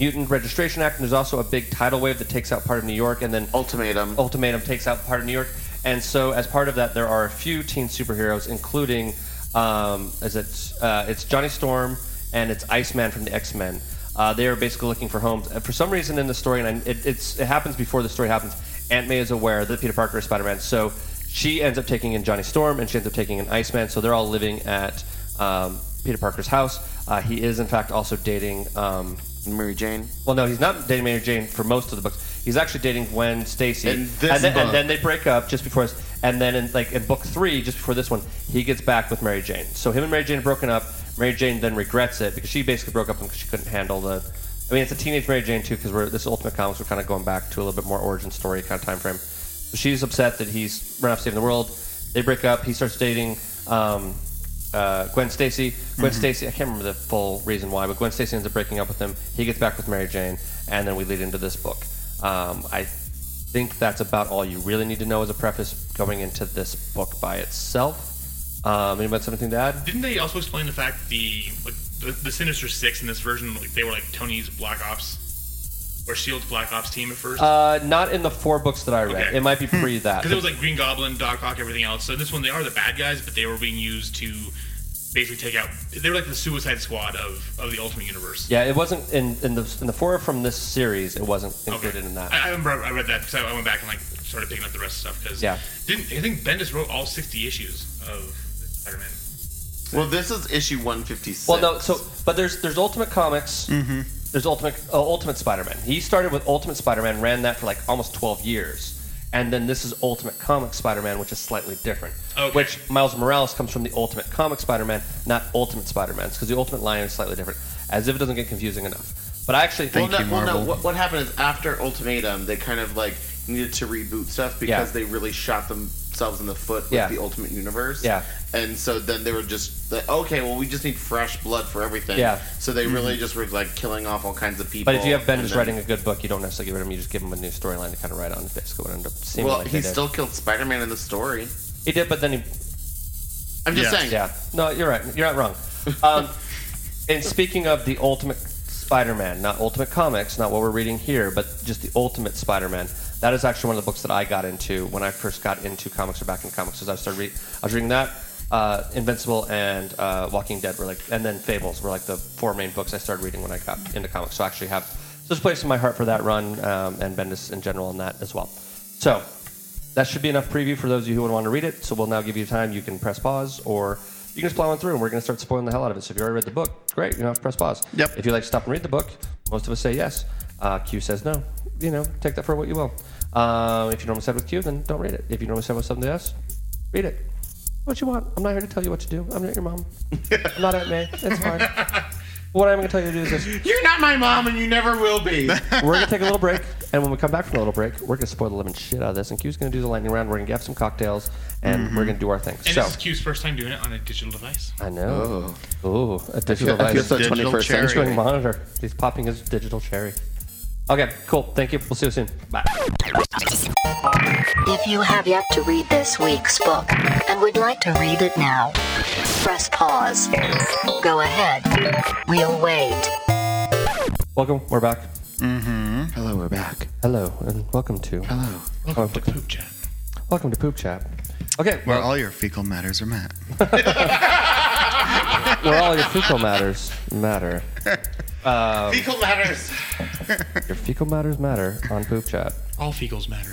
[SPEAKER 9] Mutant Registration Act, and there's also a big tidal wave that takes out part of New York, and then
[SPEAKER 10] Ultimatum.
[SPEAKER 9] Ultimatum takes out part of New York. And so, as part of that, there are a few teen superheroes, including um, is it uh, it's Johnny Storm and it's Iceman from the X Men. Uh, they are basically looking for homes. And for some reason in the story, and I, it, it's, it happens before the story happens, Aunt May is aware that Peter Parker is Spider Man. So she ends up taking in Johnny Storm and she ends up taking in Iceman. So they're all living at um, Peter Parker's house. Uh, he is, in fact, also dating. Um,
[SPEAKER 10] Mary Jane.
[SPEAKER 9] well, no, he's not dating Mary Jane for most of the books. He's actually dating Gwen Stacy,
[SPEAKER 10] In
[SPEAKER 9] and
[SPEAKER 10] this
[SPEAKER 9] then,
[SPEAKER 10] book.
[SPEAKER 9] and then they break up just before this. And then, in, like in book three, just before this one, he gets back with Mary Jane. So him and Mary Jane have broken up. Mary Jane then regrets it because she basically broke up because she couldn't handle the. I mean, it's a teenage Mary Jane too because we're this Ultimate Comics. We're kind of going back to a little bit more origin story kind of time frame. So she's upset that he's run off saving the world. They break up. He starts dating um, uh, Gwen Stacy. Gwen
[SPEAKER 14] Mhm.
[SPEAKER 9] Stacy. I can't remember the full reason why, but Gwen Stacy ends up breaking up with him. He gets back with Mary Jane, and then we lead into this book. Um, I think that's about all you really need to know as a preface going into this book by itself. Um, anybody got something to add?
[SPEAKER 8] Didn't they also explain the fact that the like the, the Sinister Six in this version like they were like Tony's Black Ops or Shield's E Black Ops team at first?
[SPEAKER 9] Uh, not in the four books that I read.
[SPEAKER 8] Okay.
[SPEAKER 9] It
[SPEAKER 8] *laughs*
[SPEAKER 9] might be pre that.
[SPEAKER 8] Because it was like Green Goblin, Doc Ock, everything else. So this one, they are the bad guys, but they were being used to basically take out. They were like the Suicide Squad of, of the Ultimate Universe.
[SPEAKER 9] yeah, it wasn't in, in the in the four from this series. It wasn't included in that.
[SPEAKER 8] I, I remember I read that because I, I went back and like started picking up the rest of stuff. Because
[SPEAKER 9] Yeah.
[SPEAKER 8] didn't I think Bendis wrote all sixty issues of Spider-Man?
[SPEAKER 10] Well, this is issue 156.
[SPEAKER 9] Well, no. So, but there's there's Ultimate Comics.
[SPEAKER 10] Mhm.
[SPEAKER 9] There's Ultimate uh, Ultimate Spider-Man. He started with Ultimate Spider-Man, ran that for like almost 12 years, and then this is Ultimate Comic Spider-Man, which is slightly different.
[SPEAKER 8] Okay.
[SPEAKER 9] Which Miles Morales comes from the Ultimate Comic Spider-Man, not Ultimate Spider-Man, because the Ultimate line is slightly different. As if it doesn't get confusing enough. But I actually
[SPEAKER 10] well, no, well, no. What, what happened is after Ultimatum, they kind of like needed to reboot stuff because
[SPEAKER 9] Yeah.
[SPEAKER 10] they really shot themselves in the foot with
[SPEAKER 9] Yeah.
[SPEAKER 10] the Ultimate Universe.
[SPEAKER 9] Yeah.
[SPEAKER 10] And so then they were just like, okay, well, we just need fresh blood for everything.
[SPEAKER 9] Yeah.
[SPEAKER 10] So they really
[SPEAKER 9] Mhm.
[SPEAKER 10] just were like killing off all kinds of people.
[SPEAKER 9] But if you have
[SPEAKER 10] and
[SPEAKER 9] Bendis
[SPEAKER 10] then-
[SPEAKER 9] writing a good book, you don't necessarily get rid of him. You just give him a new storyline to kind of write on. Is basically what ended up seeming
[SPEAKER 10] well,
[SPEAKER 9] like they
[SPEAKER 10] he
[SPEAKER 9] did.
[SPEAKER 10] still killed Spider-Man in the story.
[SPEAKER 9] He did, but then he.
[SPEAKER 10] I'm just saying.
[SPEAKER 9] Yeah. No, you're right. You're not wrong. Um, and speaking of the Ultimate Spider-Man, not Ultimate Comics, not what we're reading here, but just the Ultimate Spider-Man. That is actually one of the books that I got into when I first got into comics or back in comics. Because I started, re- I was reading that, uh, Invincible and uh, Walking Dead were like, and then Fables were like the four main books I started reading when I got into comics. So I actually have so there's a place in my heart for that run um, and Bendis in general on that as well. So that should be enough preview for those of you who would want to read it. So we'll now give you time. You can press pause or you can just plow on through and we're going to start spoiling the hell out of it. So if you already read the book, great. You don't have to press pause. Yep. If you like to stop and read the book, most of us say yes. Uh, Q says no. You know, take that for what you will. Um, if you normally said with Q, then don't read it. If you normally said with something else, read it. What you want? I'm not here to tell you what to do. I'm not your mom. I'm not at May. It's fine. what I'm going to tell you to do is this.
[SPEAKER 10] You're not my mom, and you never
[SPEAKER 9] *laughs*
[SPEAKER 10] will be.
[SPEAKER 9] We're gonna take a little break, and when we come back from the little break, we're gonna spoil the living shit out of this. And Q's gonna do the lightning round. We're gonna have some cocktails, and we're gonna do our thing.
[SPEAKER 8] Mm-hmm. And
[SPEAKER 9] so
[SPEAKER 8] this is Q's first time doing it on a digital device.
[SPEAKER 9] I know. Oh, Ooh, a digital
[SPEAKER 8] I feel- I feel
[SPEAKER 9] device.
[SPEAKER 8] so Digital 21st cherry. century.
[SPEAKER 9] Going monitor. He's popping his digital cherry. Okay, cool. Thank you. We'll see you soon. Bye.
[SPEAKER 1] If you have yet to read this week's book and would like to read it now, press pause. Go ahead. We'll wait.
[SPEAKER 9] Welcome. We're back. Mm-hmm. Hello. We're back. Hello, and welcome to. Hello. Welcome to Poop Chat. Welcome to Poop Chat. Okay.
[SPEAKER 5] Where all your fecal matters are met.
[SPEAKER 9] Where all your fecal matters matter. Um,
[SPEAKER 10] Fecal matters.
[SPEAKER 9] Your fecal matters matter on Poop Chat.
[SPEAKER 8] All fecals matter.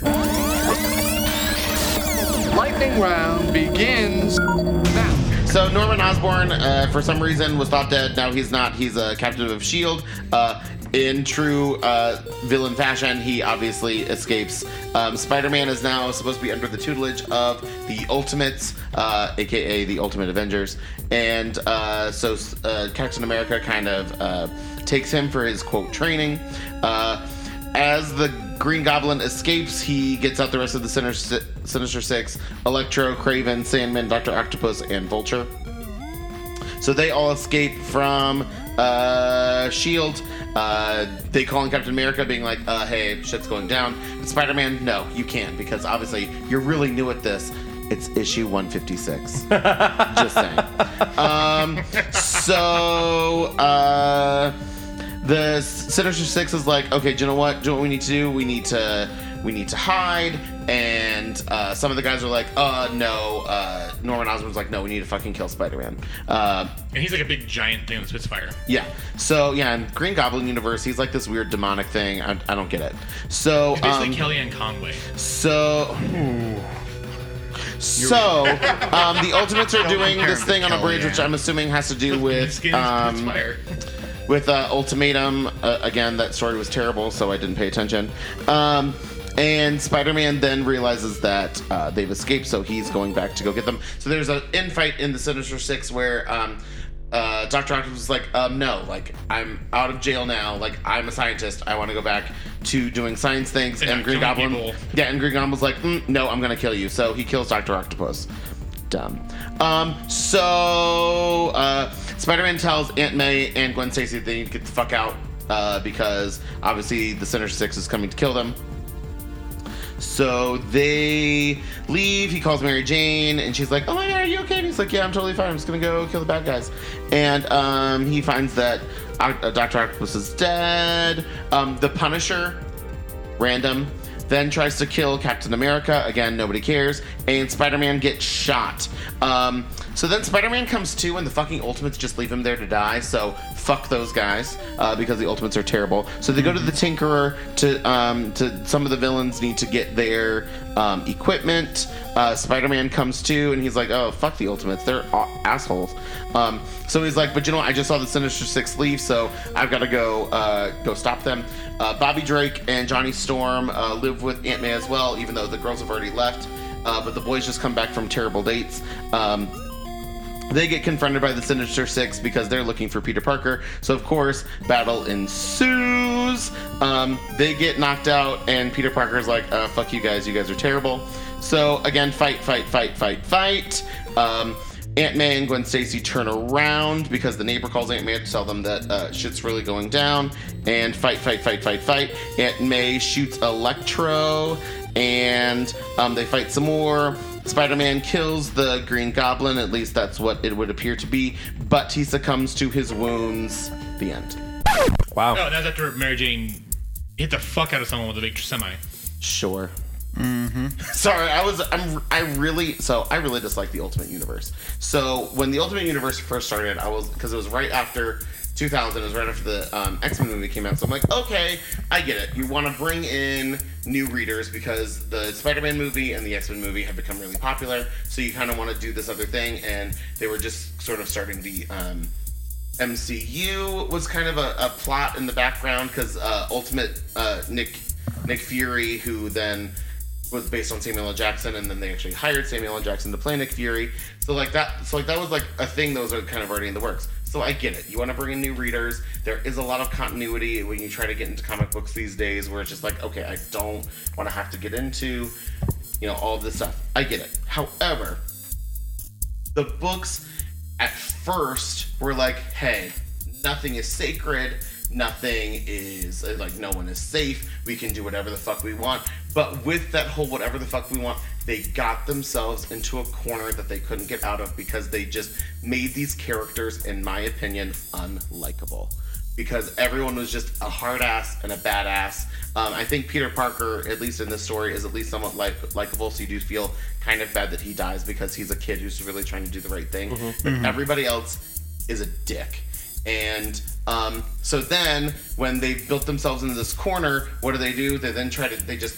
[SPEAKER 10] Lightning round begins now. So Norman Osborn, uh, for some reason, was thought dead. Now he's not. He's a captive of Shield. Uh, in true uh, villain fashion, he obviously escapes. Um, Spider-Man is now supposed to be under the tutelage of the Ultimates, uh, aka the Ultimate Avengers, and uh, so uh, Captain America kind of uh, takes him for his quote training. Uh, as the Green Goblin escapes, he gets out the rest of the Sinister, Sinister Six Electro, Craven, Sandman, Dr. Octopus, and Vulture. So they all escape from uh, S.H.I.E.L.D. Uh, they call in Captain America, being like, uh, hey, shit's going down. But Spider Man, no, you can't, because obviously you're really new at this. It's issue 156. Just saying. Um, so uh, the Sinister Six is like, okay, do you know what? Do you know what we need to do? We need to we need to hide. And uh, some of the guys are like, uh, no. Uh, Norman Osborn's like, no, we need to fucking kill Spider-Man. Uh,
[SPEAKER 8] And he's like a big giant thing that spits fire.
[SPEAKER 10] yeah. So yeah, in Green Goblin universe, he's like this weird demonic thing. I, I don't get it. So
[SPEAKER 8] He's basically
[SPEAKER 10] um,
[SPEAKER 8] Kellyanne Conway.
[SPEAKER 10] so. So, um, the Ultimates
[SPEAKER 8] *laughs*
[SPEAKER 10] are
[SPEAKER 8] Don't
[SPEAKER 10] doing
[SPEAKER 8] compare
[SPEAKER 10] this
[SPEAKER 8] him
[SPEAKER 10] thing on
[SPEAKER 8] to
[SPEAKER 10] a bridge, which
[SPEAKER 8] Kellyanne.
[SPEAKER 10] I'm assuming has to do *laughs* with
[SPEAKER 8] skin is *laughs*
[SPEAKER 10] um,
[SPEAKER 8] fire.
[SPEAKER 10] with uh, Ultimatum. Uh, again, that story was terrible, so I didn't pay attention. Um, and Spider-Man then realizes that uh, they've escaped, so he's going back to go get them. So there's an infight in the Sinister Six where um, uh, Dr. Octopus was like, um, no, like, I'm out of jail now. Like, I'm a scientist. I want to go back to doing science things. And,
[SPEAKER 8] And not
[SPEAKER 10] Green
[SPEAKER 8] killing
[SPEAKER 10] Goblin.
[SPEAKER 8] people.
[SPEAKER 10] Yeah, and Green Goblin was like, mm, no, I'm going to kill you. So he kills Dr. Octopus. Dumb. Um, so uh, Spider Man tells Aunt May and Gwen Stacy they need to get the fuck out uh, because obviously the Sinister Six is coming to kill them. So they leave. He calls Mary Jane, and she's like, "Oh my god, are you okay?" And he's like, "Yeah, I'm totally fine. I'm just gonna go kill the bad guys." And um, he finds that uh, Doctor Octopus is dead. Um, the Punisher, random, then tries to kill Captain America. Again, nobody cares. And Spider-Man gets shot. Um, so then Spider-Man comes to, and the fucking Ultimates just leave him there to die. So fuck those guys uh, because the Ultimates are terrible. So they go to the Tinkerer to um, to some of the villains need to get their um, equipment. Uh, Spider-Man comes to, and he's like, "Oh fuck the Ultimates, they're a- assholes." Um, so he's like, "But you know, what? I just saw the Sinister Six leave, so I've got to go uh, go stop them." Uh, Bobby Drake and Johnny Storm uh, live with Aunt May as well, even though the girls have already left. Uh, but the boys just come back from terrible dates. Um, they get confronted by the Sinister Six because they're looking for Peter Parker. So, of course, battle ensues. Um, they get knocked out, and Peter Parker's like, uh, fuck you guys, you guys are terrible. So, again, fight, fight, fight, fight, fight. Um, Aunt May and Gwen Stacy turn around because the neighbor calls Aunt May to tell them that uh, shit's really going down. And fight, fight, fight, fight, fight. Aunt May shoots Electro, and um, they fight some more. Spider Man kills the Green Goblin, at least that's what it would appear to be, but he succumbs to his wounds. The end.
[SPEAKER 8] No, Oh, that was after Mary Jane hit the fuck out of someone with a big semi.
[SPEAKER 10] Sure. Mm-hmm. *laughs* Sorry, I was I'm I really so I really dislike the Ultimate Universe. So when the Ultimate Universe first started, I was because it was right after 2000, it was right after the um, X Men movie came out. So I'm like, okay, I get it. You want to bring in new readers because the Spider Man movie and the X Men movie have become really popular. So you kind of want to do this other thing, and they were just sort of starting the um, MCU was kind of a, a plot in the background because uh, Ultimate uh, Nick Nick Fury, who then was based on Samuel L. Jackson, and then they actually hired Samuel L. Jackson to play Nick Fury. So like that, so like that was like a thing that was like, kind of already in the works. So I get it. You want to bring in new readers. There is a lot of continuity when you try to get into comic books these days, where it's just like, okay, I don't want to have to get into, you know, all this stuff. I get it. However, the books at first were like, hey, nothing is sacred, nothing is uh, like no one is safe, we can do whatever the fuck we want. But with that whole whatever the fuck we want, they got themselves into a corner that they couldn't get out of because they just made these characters, in my opinion, unlikable. Because everyone was just a hard ass and a badass. Um, I think Peter Parker, at least in this story, is at least somewhat like likable. So you do feel kind of bad that he dies because he's a kid who's really trying to do the right thing.
[SPEAKER 9] Mhm.
[SPEAKER 10] But
[SPEAKER 9] Mhm.
[SPEAKER 10] everybody else is a dick. And um, so then, when they built themselves into this corner, what do they do? They then try to, they just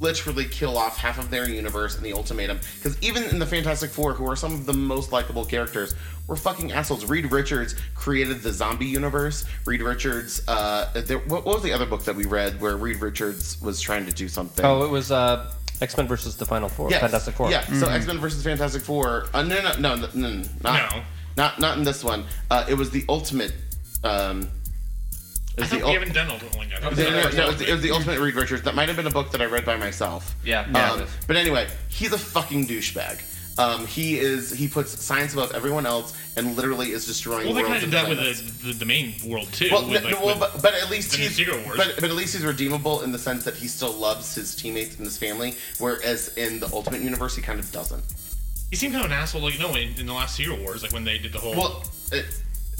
[SPEAKER 10] literally kill off half of their universe in the ultimatum. Because even in the Fantastic Four, who are some of the most likable characters, were fucking assholes. Reed Richards created the zombie universe. Reed Richards, uh, there, what, what was the other book that we read where Reed Richards was trying to do something?
[SPEAKER 9] Oh, it was uh, X Men versus the Final Four.
[SPEAKER 10] Yes.
[SPEAKER 9] Fantastic Four.
[SPEAKER 10] Yeah. So
[SPEAKER 8] Mm-hmm.
[SPEAKER 10] X Men versus Fantastic Four. Uh, no, no, no, no, no, no, not,
[SPEAKER 8] No.
[SPEAKER 10] not, not in this one. Uh, it was the ultimate. Um,
[SPEAKER 8] I
[SPEAKER 10] it was
[SPEAKER 8] thought
[SPEAKER 10] the
[SPEAKER 8] we
[SPEAKER 10] ul-
[SPEAKER 8] haven't done Ultimate One yet. That
[SPEAKER 10] no,
[SPEAKER 8] was
[SPEAKER 10] no,
[SPEAKER 8] another
[SPEAKER 10] no, no, it was
[SPEAKER 8] Ultimate.
[SPEAKER 10] the- it was the ultimate Reed Richards. That might have been a book that I read by myself.
[SPEAKER 9] Yeah, yeah, it
[SPEAKER 10] Um,
[SPEAKER 9] is.
[SPEAKER 10] but anyway, he's a fucking douchebag. Um, he is. He puts science above everyone else, and literally is destroying.
[SPEAKER 8] Well, they kind
[SPEAKER 10] worlds
[SPEAKER 8] of did
[SPEAKER 10] and
[SPEAKER 8] that with
[SPEAKER 10] planets.
[SPEAKER 8] the, the, the main world too.
[SPEAKER 10] Well,
[SPEAKER 8] with,
[SPEAKER 10] no,
[SPEAKER 8] like,
[SPEAKER 10] well,
[SPEAKER 8] with-
[SPEAKER 10] but, but at least
[SPEAKER 8] the
[SPEAKER 10] he's
[SPEAKER 8] Secret Wars.
[SPEAKER 10] But, but at least he's redeemable in the sense that he still loves his teammates and his family, whereas in the Ultimate Universe he kind of doesn't.
[SPEAKER 8] he seemed kind of an asshole, like no, in, in the last Secret Wars, like when they did the whole.
[SPEAKER 10] Well, it,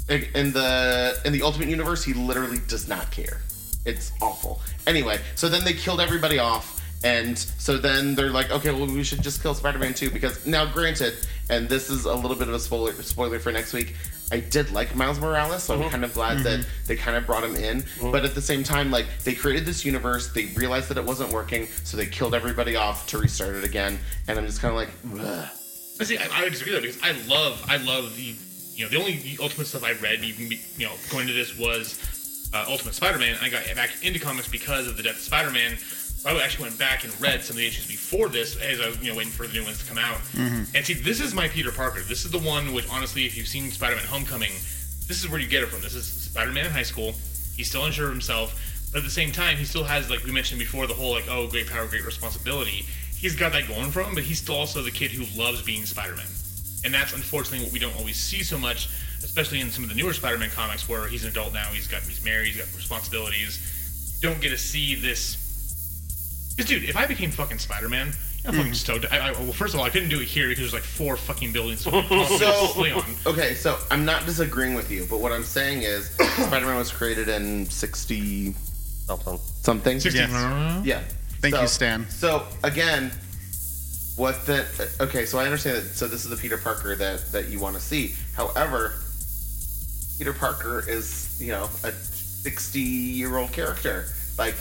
[SPEAKER 10] in the in the Ultimate Universe he literally does not care. It's awful. Anyway, so then they killed everybody off. And so then they're like, okay, well, we should just kill Spider-Man too because now, granted, and this is a little bit of a spoiler spoiler for next week. I did like Miles Morales, so I'm
[SPEAKER 9] Mhm.
[SPEAKER 10] kind of glad that
[SPEAKER 9] Mhm.
[SPEAKER 10] they kind of brought him in.
[SPEAKER 9] Mhm.
[SPEAKER 10] But at the same time, like they created this universe, they realized that it wasn't working, so they killed everybody off to restart it again. And I'm just kind of like, Ugh.
[SPEAKER 8] But see, I, I would disagree though because I love, I love the, you know, the only the Ultimate stuff I read, even be- you know, going to this was uh, Ultimate Spider-Man. I got back into comics because of the death of Spider-Man. So I actually went back and read some of the issues before this as I was you know waiting for the new ones to come out. And see, this is my Peter Parker. This is the one which, honestly, if you've seen Spider-Man: Homecoming, this is where you get it from. This is Spider-Man in high school. He's still unsure of himself, but at the same time, he still has, like we mentioned before, the whole like, oh, great power, great responsibility. He's got that going for him, but he's still also the kid who loves being Spider-Man, and that's unfortunately what we don't always see so much, especially in some of the newer Spider-Man comics where he's an adult now, he's got he's married, he's got responsibilities. You don't get to see this because, dude, if I became fucking Spider Man, I'm fucking
[SPEAKER 10] Mhm.
[SPEAKER 8] stoked. I, I, well, first of all, I couldn't do it here because there's like four fucking buildings.
[SPEAKER 10] so
[SPEAKER 8] so,
[SPEAKER 10] okay, so I'm not disagreeing with you, but what I'm saying is *coughs* Spider-Man was created in sixty
[SPEAKER 9] something.
[SPEAKER 10] Something.
[SPEAKER 5] 60.
[SPEAKER 10] Yeah. Yeah.
[SPEAKER 5] Thank
[SPEAKER 10] So-
[SPEAKER 5] you, Stan.
[SPEAKER 10] So again, what the okay? So I understand that. So this is the Peter Parker that that you want to see. However, Peter Parker is you know a sixty-year-old character. Like,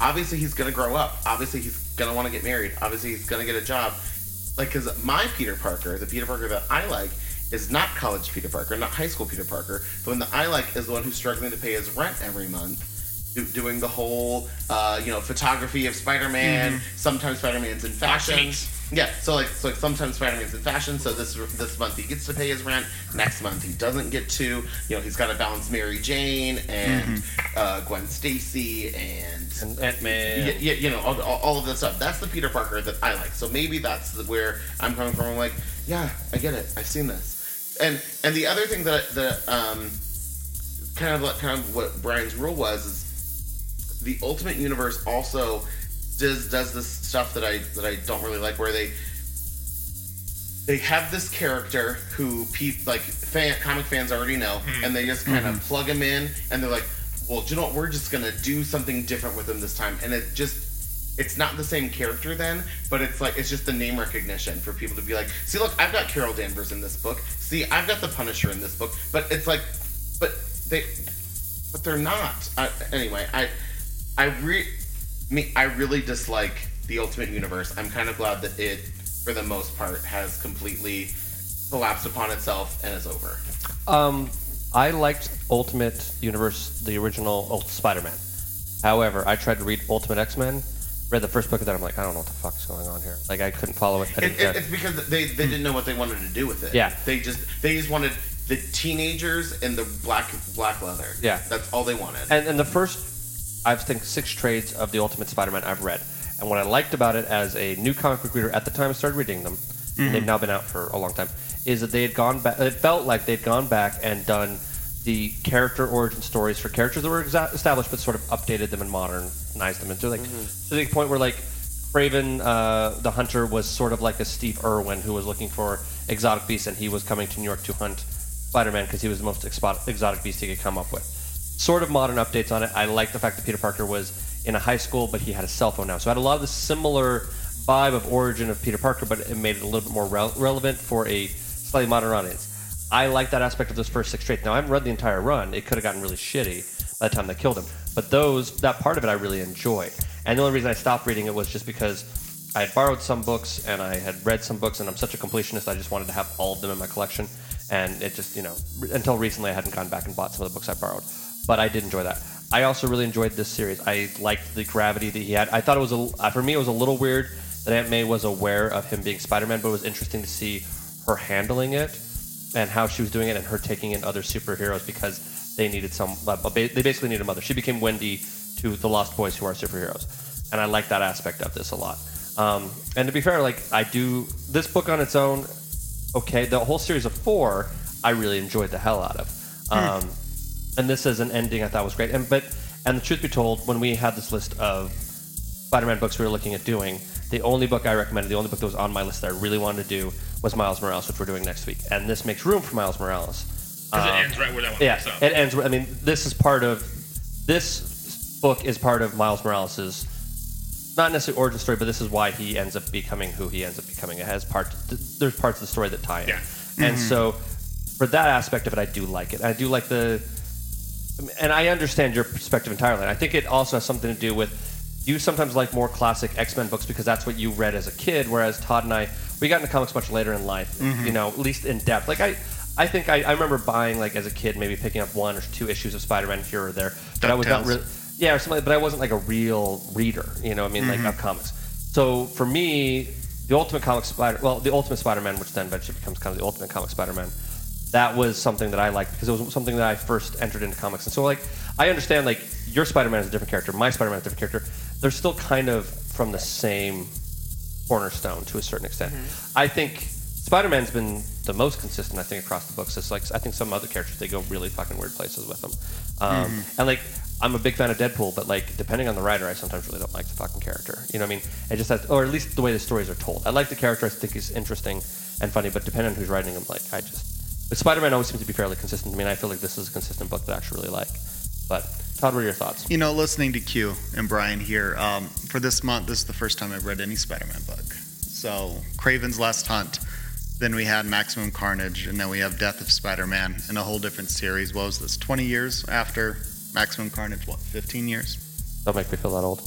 [SPEAKER 10] obviously he's gonna grow up. Obviously he's gonna want to get married. Obviously he's gonna get a job. Like, cause my Peter Parker, the Peter Parker that I like. Is not college Peter Parker, not high school Peter Parker. The one that I like is the one who's struggling to pay his rent every month do, doing the whole uh, you know photography of Spider-Man.
[SPEAKER 5] Mhm.
[SPEAKER 10] Sometimes Spider-Man's in fashion. Yeah, so like so like sometimes Spider-Man's in fashion. So this this month he gets to pay his rent. Next month he doesn't get to. You know he's got to balance Mary Jane and uh, Gwen Stacy and
[SPEAKER 9] and Ant-Man.
[SPEAKER 10] Yeah, you know all, all, all of this stuff. That's the Peter Parker that I like. So maybe that's the, where I'm coming from. I'm like, yeah, I get it. I've seen this. And and the other thing that that um, kind of like kind of what Brian's rule was is the Ultimate Universe also does does this stuff that I that I don't really like, where they they have this character who peop like fan, comic fans already know, and they just kind of plug him in, and they're like, "Well, do you know what? We're just gonna do something different with him this time," and it just. It's not the same character then, but it's like it's just the name recognition for people to be like, "See, look, I've got Carol Danvers in this book. See, I've got the Punisher in this book." But it's like, but they but they're not. I, anyway, I, I re, me, I really dislike the Ultimate Universe. I'm kind of glad that it, for the most part, has completely collapsed upon itself and is over.
[SPEAKER 9] Um, I liked Ultimate Universe, the original Ult- Spider-Man. However, I tried to read Ultimate X-Men, read the first book of that. I'm like, I don't know what the fuck's going on here. Like, I couldn't follow it. I
[SPEAKER 10] It,
[SPEAKER 9] didn't
[SPEAKER 10] it,
[SPEAKER 9] get
[SPEAKER 10] it's because they, they didn't know what they wanted to do with it.
[SPEAKER 9] Yeah.
[SPEAKER 10] they just they just wanted the teenagers and the black black leather.
[SPEAKER 9] Yeah.
[SPEAKER 10] that's all they wanted.
[SPEAKER 9] And, and the first, I think, six trades of the Ultimate Spider-Man I've read. And what I liked about it as a new comic book reader at the time I started reading them,
[SPEAKER 10] Mhm.
[SPEAKER 9] they've now been out for a long time, is that they had gone back. It felt like they'd gone back and done the character origin stories for characters that were exa- established, but sort of updated them and modernized them into like to the point where like Craven uh, the Hunter was sort of like a Steve Irwin who was looking for exotic beasts, and he was coming to New York to hunt Spider-Man because he was the most expo- exotic beast he could come up with. Sort of modern updates on it. I like the fact that Peter Parker was in a high school, but he had a cell phone now, so I had a lot of the similar vibe of origin of Peter Parker, but it made it a little bit more rel- relevant for a slightly modern audience. I like that aspect of those first six trades. Now I haven't read the entire run; it could have gotten really shitty by the time they killed him. But those that part of it I really enjoyed, and the only reason I stopped reading it was just because I had borrowed some books and I had read some books, and I'm such a completionist. I just wanted to have all of them in my collection, and it just you know re- until recently I hadn't gone back and bought some of the books I borrowed, but I did enjoy that. I also really enjoyed this series. I liked the gravity that he had. I thought it was a uh, for me it was a little weird that Aunt May was aware of him being Spider-Man, but it was interesting to see her handling it and how she was doing it and her taking in other superheroes because they needed some uh, ba- they basically needed a mother she became wendy to the lost boys who are superheroes and i like that aspect of this a lot um, and to be fair like i do this book on its own okay the whole series of four i really enjoyed the hell out of
[SPEAKER 8] Hmm.
[SPEAKER 9] um, and this as an ending i thought was great and but and the truth be told when we had this list of Spider-Man books we were looking at doing, the only book I recommended, the only book that was on my list that I really wanted to do was Miles Morales, which we're doing next week, and this makes room for Miles Morales.
[SPEAKER 8] 'Cause it
[SPEAKER 9] Um,
[SPEAKER 8] ends right where that one
[SPEAKER 9] Yeah,
[SPEAKER 8] picks up.
[SPEAKER 9] it ends. where- I mean, this is part of this book is part of Miles Morales's not necessarily origin story, but this is why he ends up becoming who he ends up becoming. It has part. th- There's parts of the story that tie in, and
[SPEAKER 14] Mhm.
[SPEAKER 9] so for that aspect of it, I do like it. I do like the, and I understand your perspective entirely. And I think it also has something to do with you sometimes like more classic X Men books because that's what you read as a kid, whereas Todd and I we got into comics much later in life.
[SPEAKER 14] Mhm.
[SPEAKER 9] You know, at least in depth. Like I. I think I, I remember buying like as a kid, maybe picking up one or two issues of Spider-Man here or there, but I was not
[SPEAKER 14] DuckTales.
[SPEAKER 9] really Yeah, or something. But I wasn't like a real reader, you know. what I mean,
[SPEAKER 14] Mhm.
[SPEAKER 9] like of comics. So for me, the Ultimate Comic Spider, well, the Ultimate Spider-Man, which then eventually becomes kind of the Ultimate Comic Spider-Man. That was something that I liked because it was something that I first entered into comics, and so like I understand like your Spider-Man is a different character, my Spider-Man is a different character. They're still kind of from the same cornerstone to a certain extent. I think Spider-Man's been the most consistent. I think across the books, it's like I think some other characters they go really fucking weird places with them, um,
[SPEAKER 14] Mhm.
[SPEAKER 9] and like I'm a big fan of Deadpool, but like depending on the writer, I sometimes really don't like the fucking character. You know what I mean? It just has, or at least the way the stories are told. I like the character. I think he's interesting and funny, but depending on who's writing him, like I just. But Spider-Man always seems to be fairly consistent. I mean, I feel like this is a consistent book that I actually really like. But Todd, what are your thoughts?
[SPEAKER 5] You know, listening to Q and Brian here, um, for this month, this is the first time I've read any Spider Man book. So, Craven's Last Hunt, then we had Maximum Carnage, and then we have Death of Spider Man, and a whole different series. What was this? 20 years after Maximum Carnage? What, 15 years?
[SPEAKER 9] Don't make me feel that old.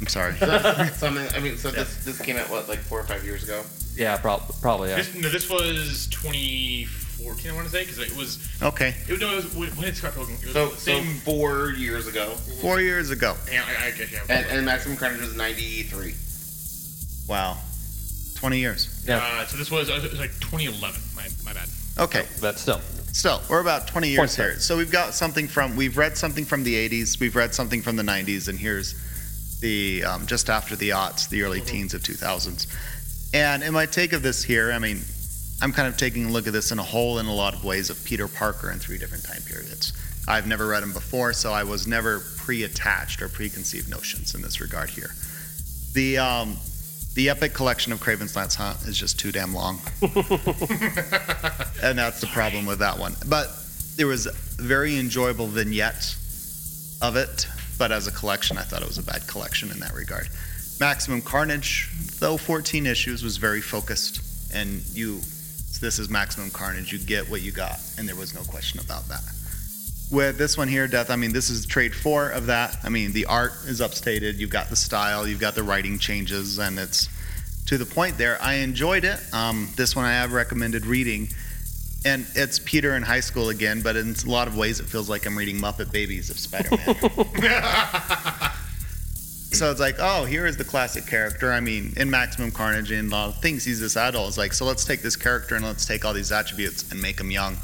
[SPEAKER 5] I'm sorry.
[SPEAKER 10] *laughs* So that's something. I mean, so this this came out what like four or five years ago.
[SPEAKER 9] Yeah, prob- probably. Yeah.
[SPEAKER 8] This, no, this was 2014, I want to say, because it was.
[SPEAKER 5] Okay.
[SPEAKER 8] It, was- no, it was when when did Scott Pilgrim? It was
[SPEAKER 10] So,
[SPEAKER 8] the
[SPEAKER 10] so
[SPEAKER 8] same.
[SPEAKER 10] four years ago.
[SPEAKER 5] Four years ago.
[SPEAKER 8] yeah, I, I guess, yeah.
[SPEAKER 10] And, and Maximum Carnage was
[SPEAKER 9] *laughs*
[SPEAKER 10] ninety three.
[SPEAKER 5] Wow. 20 years.
[SPEAKER 8] Uh, so this was, it was like 2011. My, my bad.
[SPEAKER 5] Okay.
[SPEAKER 9] But still.
[SPEAKER 5] Still, we're about 20 years
[SPEAKER 8] Point
[SPEAKER 5] here. So we've got something from, we've read something from the 80s, we've read something from the 90s, and here's the, um, just after the aughts, the early teens of 2000s. And in my take of this here, I mean, I'm kind of taking a look at this in a whole in a lot of ways of Peter Parker in three different time periods. I've never read him before, so I was never pre attached or preconceived notions in this regard here. The, um, the epic collection of Craven's Lance Hunt is just too damn long. and that's the problem with that one. But there was a very enjoyable vignette of it, but as a collection, I thought it was a bad collection in that regard. Maximum Carnage, though 14 issues, was very focused, and you, this is Maximum Carnage, you get what you got, and there was no question about that. With this one here, Death, I mean, this is trade four of that. I mean, the art is upstated, you've got the style, you've got the writing changes, and it's to the point there. I enjoyed it. Um, this one I have recommended reading. And it's Peter in high school again, but in a lot of ways it feels like I'm reading Muppet Babies of Spider Man. so it's like, oh, here is the classic character. I mean, in Maximum Carnage and a lot of things, he's this adult. It's like, so let's take this character and let's take all these attributes and make him young.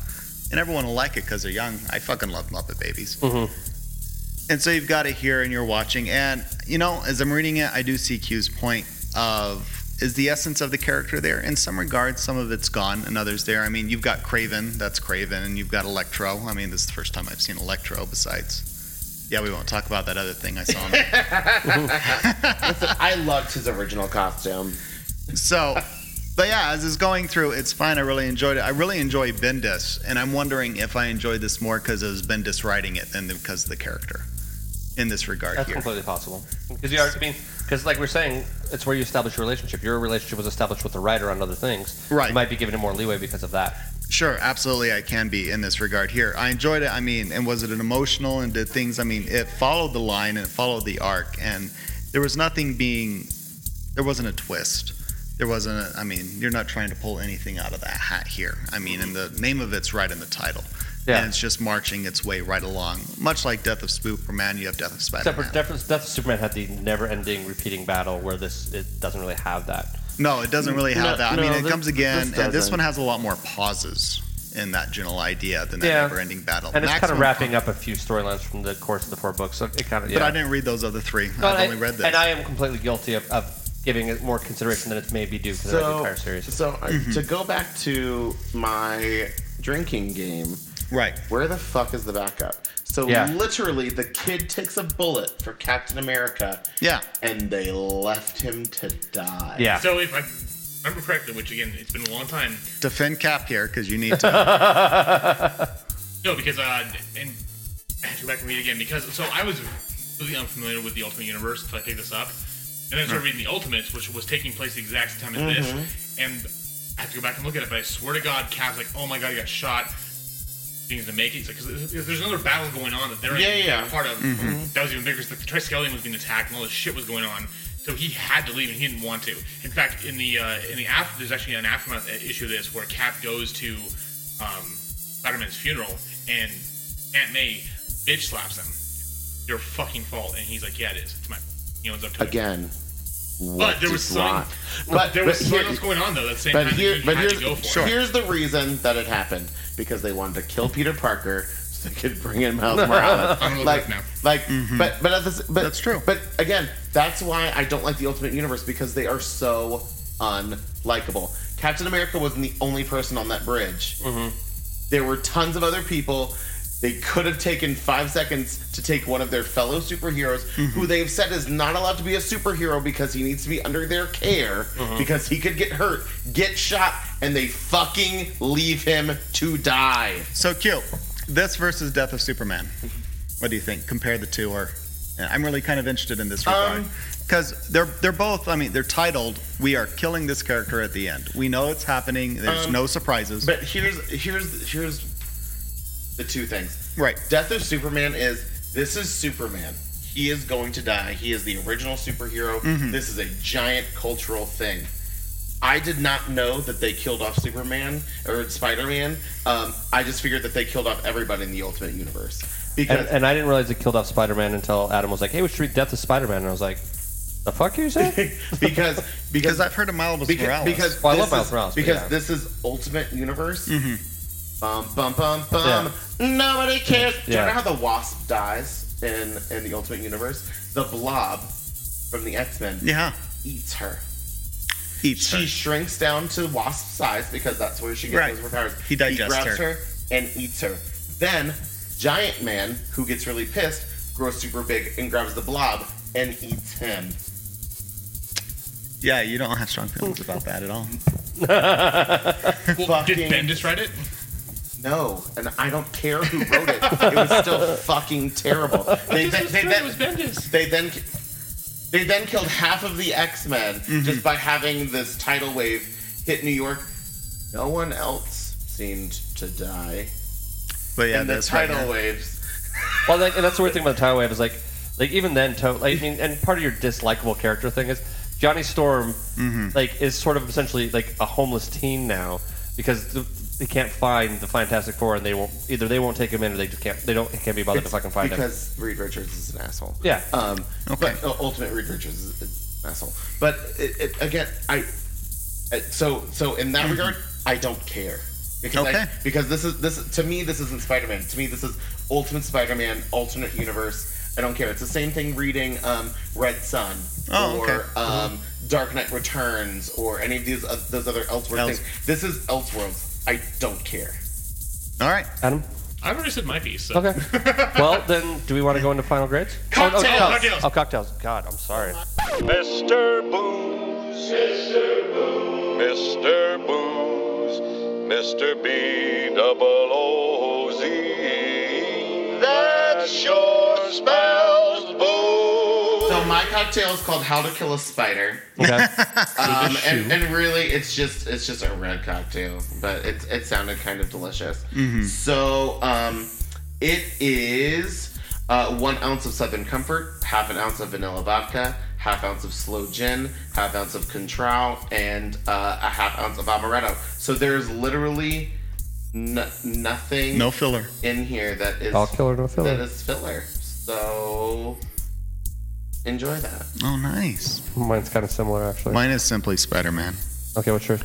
[SPEAKER 5] And everyone will like it because they're young. I fucking love Muppet Babies. And so you've got it here and you're watching. And, you know, as I'm reading it, I do see Q's point of is the essence of the character there? In some regards, some of it's gone and others there. I mean, you've got Craven, that's Craven, and you've got Electro. I mean, this is the first time I've seen Electro besides. Yeah, we won't talk about that other thing I saw. On
[SPEAKER 10] Listen, I loved his original costume.
[SPEAKER 5] So, but yeah, as it's going through, it's fine. I really enjoyed it. I really enjoy Bendis, and I'm wondering if I enjoyed this more because it was Bendis writing it than because of the character in this regard
[SPEAKER 9] That's
[SPEAKER 5] here.
[SPEAKER 9] completely possible. Because you are, I mean, because like we're saying, it's where you establish your relationship. Your relationship was established with the writer on other things.
[SPEAKER 5] Right.
[SPEAKER 9] You might be given it more leeway because of that.
[SPEAKER 5] Sure, absolutely, I can be in this regard here. I enjoyed it. I mean, and was it an emotional and did things? I mean, it followed the line and it followed the arc, and there was nothing being, there wasn't a twist. There wasn't. A, I mean, you're not trying to pull anything out of that hat here. I mean, and the name of it's right in the title,
[SPEAKER 9] Yeah.
[SPEAKER 5] and it's just marching its way right along, much like Death of Superman. You have Death of
[SPEAKER 9] Except
[SPEAKER 5] Spider-Man.
[SPEAKER 9] for Death of Death of Superman had the never-ending, repeating battle, where this it doesn't really have that.
[SPEAKER 5] No, it doesn't really have
[SPEAKER 9] No,
[SPEAKER 5] that. I
[SPEAKER 9] no,
[SPEAKER 5] mean, it
[SPEAKER 9] this-
[SPEAKER 5] comes again,
[SPEAKER 9] this
[SPEAKER 5] and this
[SPEAKER 9] doesn't.
[SPEAKER 5] one has a lot more pauses in that general idea than that
[SPEAKER 9] Yeah.
[SPEAKER 5] never-ending battle.
[SPEAKER 9] And it's kind of
[SPEAKER 5] Oh, Maximum
[SPEAKER 9] wrapping up a few storylines from the course of the four books. So it kind of.
[SPEAKER 5] But I didn't read those other three. I've only read this.
[SPEAKER 9] And I am completely guilty of, of giving it more consideration than it may be due because I read the
[SPEAKER 10] So,
[SPEAKER 9] entire series.
[SPEAKER 10] so uh, to go back to my drinking game,
[SPEAKER 5] right?
[SPEAKER 10] Where the fuck is the backup? So
[SPEAKER 9] Yeah.
[SPEAKER 10] literally, the kid takes a bullet for Captain America.
[SPEAKER 5] Yeah,
[SPEAKER 10] and they left him to die.
[SPEAKER 8] So if I remember correctly, which again, it's been a long time.
[SPEAKER 5] Defend Cap here because you need to.
[SPEAKER 8] No, because uh, and I had to go back and read again because so I was really unfamiliar with the Ultimate Universe until I picked this up, and then I started reading the Ultimates, which was taking place the exact same time as
[SPEAKER 10] Mm-hmm.
[SPEAKER 8] this, and I have to go back and look at it. But I swear to God, Cap's like, "Oh my God, he got shot." Things to make it because there's another battle going on that they're
[SPEAKER 10] Yeah,
[SPEAKER 8] in-
[SPEAKER 10] yeah.
[SPEAKER 8] part of
[SPEAKER 10] Mhm.
[SPEAKER 8] that was even bigger. 'cause The Triskelion was being attacked and all this shit was going on, so he had to leave and he didn't want to. In fact, in the uh, in the after there's actually an aftermath uh, issue of this where Cap goes to um, Spider-Man's funeral, and Aunt May bitch slaps him. your fucking fault. And he's like, yeah, it is. It's my fault. He owns up to it.
[SPEAKER 10] Again.
[SPEAKER 8] But there was
[SPEAKER 10] some.
[SPEAKER 8] something, but there was something else going on though. That same
[SPEAKER 10] but
[SPEAKER 8] time,
[SPEAKER 10] here,
[SPEAKER 8] that he
[SPEAKER 10] but
[SPEAKER 8] had
[SPEAKER 10] here's,
[SPEAKER 8] to go for
[SPEAKER 10] sure.
[SPEAKER 8] it.
[SPEAKER 10] here's the reason that it happened because they wanted to kill Peter Parker so they could bring in *laughs* Miles Morales.
[SPEAKER 8] I'm gonna look
[SPEAKER 10] like,
[SPEAKER 8] now.
[SPEAKER 10] like, but but, at this, but Mm-hmm. that's true. But again, that's why I don't like the Ultimate Universe because they are so unlikable. Captain America wasn't the only person on that bridge. There were tons of other people. They could have taken five seconds to take one of their fellow superheroes, who they've said is not allowed to be a superhero because he needs to be under their care
[SPEAKER 14] Mhm.
[SPEAKER 10] because he could get hurt, get shot, and they fucking leave him to die.
[SPEAKER 5] So cute. This versus Death of Superman. What do you think? Compare the two, or yeah, I'm really kind of interested in this regard
[SPEAKER 10] Um,
[SPEAKER 5] because they're they're both. I mean, they're titled "We Are Killing This Character at the End." We know it's happening. There's
[SPEAKER 10] Um,
[SPEAKER 5] no surprises.
[SPEAKER 10] But here's here's here's the two things.
[SPEAKER 5] Right.
[SPEAKER 10] Death of Superman is this is Superman. He is going to die. He is the original superhero.
[SPEAKER 5] Mhm.
[SPEAKER 10] This is a giant cultural thing. I did not know that they killed off Superman or Spider Man. Um, I just figured that they killed off everybody in the Ultimate Universe because
[SPEAKER 9] and, and I didn't realize it killed off Spider Man until Adam was like, "Hey, we should read Death of Spider Man," and I was like, "The fuck you say?"
[SPEAKER 5] *laughs*
[SPEAKER 10] because because
[SPEAKER 5] I've heard of Miles
[SPEAKER 10] because,
[SPEAKER 9] Morales.
[SPEAKER 10] because
[SPEAKER 9] Well, I love
[SPEAKER 10] this
[SPEAKER 9] Miles
[SPEAKER 10] is-
[SPEAKER 9] Morales, but
[SPEAKER 10] because
[SPEAKER 9] yeah.
[SPEAKER 10] this is Ultimate Universe.
[SPEAKER 5] Mhm.
[SPEAKER 10] Bum bum bum bum.
[SPEAKER 5] Mm-hmm.
[SPEAKER 10] Nobody cares. Do you
[SPEAKER 5] Yeah.
[SPEAKER 10] know how the Wasp dies in in the Ultimate Universe? The Blob from the X Men.
[SPEAKER 5] Yeah.
[SPEAKER 10] Eats her.
[SPEAKER 5] Eats
[SPEAKER 10] she shrinks down to Wasp size because that's where she gets
[SPEAKER 5] Right.
[SPEAKER 10] those her powers.
[SPEAKER 5] He digests
[SPEAKER 10] grabs
[SPEAKER 5] her.
[SPEAKER 10] her and eats her. Then Giant Man, who gets really pissed, grows super big and grabs the Blob and eats him.
[SPEAKER 5] Yeah, you don't have strong feelings about that at all.
[SPEAKER 10] well, did
[SPEAKER 8] Bendis write it?
[SPEAKER 10] No, and I don't care who wrote it. It was
[SPEAKER 9] *laughs*
[SPEAKER 10] still fucking terrible. They,
[SPEAKER 8] This was
[SPEAKER 10] then they,
[SPEAKER 8] true,
[SPEAKER 10] then,
[SPEAKER 8] it was Bendis.
[SPEAKER 10] they then they then killed half of the X Men
[SPEAKER 9] Mm-hmm.
[SPEAKER 10] just by having this tidal wave hit New York. No one else seemed to die.
[SPEAKER 5] But
[SPEAKER 9] yeah,
[SPEAKER 10] and the
[SPEAKER 9] that's right,
[SPEAKER 10] tidal
[SPEAKER 9] yeah.
[SPEAKER 10] waves.
[SPEAKER 9] Well, like, and that's the weird thing about the Tidal Wave is like, like even then, to, like, I mean, and part of your dislikable character thing is Johnny Storm,
[SPEAKER 5] Mhm.
[SPEAKER 9] like, is sort of essentially like a homeless teen now because th- they can't find the Fantastic Four, and they won't either they won't take him in, or they just can't they don't they can't be bothered
[SPEAKER 10] It's
[SPEAKER 9] to fucking find him.
[SPEAKER 10] because Reed Richards is an asshole.
[SPEAKER 9] Yeah.
[SPEAKER 10] Um,
[SPEAKER 9] Okay.
[SPEAKER 10] But uh, Ultimate Reed Richards is, is an asshole. But it, it, again, I uh, so so in that regard, I don't care because I,
[SPEAKER 5] Mm-hmm. Okay.
[SPEAKER 10] because this is this to me this isn't Spider Man. To me, this is Ultimate Spider Man, alternate universe. I don't care. It's the same thing reading um, Red Sun
[SPEAKER 5] Oh,
[SPEAKER 10] or
[SPEAKER 5] okay.
[SPEAKER 10] um, Dark Knight Returns or any of these uh, those other Elseworlds
[SPEAKER 5] Else-
[SPEAKER 10] things. This is Elseworlds. I don't care.
[SPEAKER 5] All right,
[SPEAKER 9] Adam.
[SPEAKER 8] I've already said my piece. So.
[SPEAKER 9] Okay.
[SPEAKER 5] *laughs*
[SPEAKER 9] well, then, do we want to go into final grades? Oh, no,
[SPEAKER 8] Cocktails.
[SPEAKER 9] no.
[SPEAKER 8] Cocktails. Oh,
[SPEAKER 9] Oh, cocktails. God, I'm sorry.
[SPEAKER 15] Mr. Booze. Mr. Booze. Mr. Booze. Mr. B double O Z. That sure spells booze.
[SPEAKER 10] So my cocktail is called How to Kill a Spider.
[SPEAKER 9] Okay.
[SPEAKER 10] um, and, and really, it's just it's just a red cocktail, but it it sounded kind of delicious.
[SPEAKER 5] Mhm.
[SPEAKER 10] So um, it is uh, one ounce of Southern Comfort, half an ounce of vanilla vodka, half ounce of sloe gin, half ounce of Contral, and uh, a half ounce of amaretto. So there's literally n- nothing,
[SPEAKER 5] No filler.
[SPEAKER 10] in here that is
[SPEAKER 9] All killer, no filler.
[SPEAKER 10] That is filler. So enjoy that.
[SPEAKER 5] Oh, nice.
[SPEAKER 9] Mine's kind of similar, actually.
[SPEAKER 5] Mine is simply Spider Man.
[SPEAKER 9] Okay, what's yours?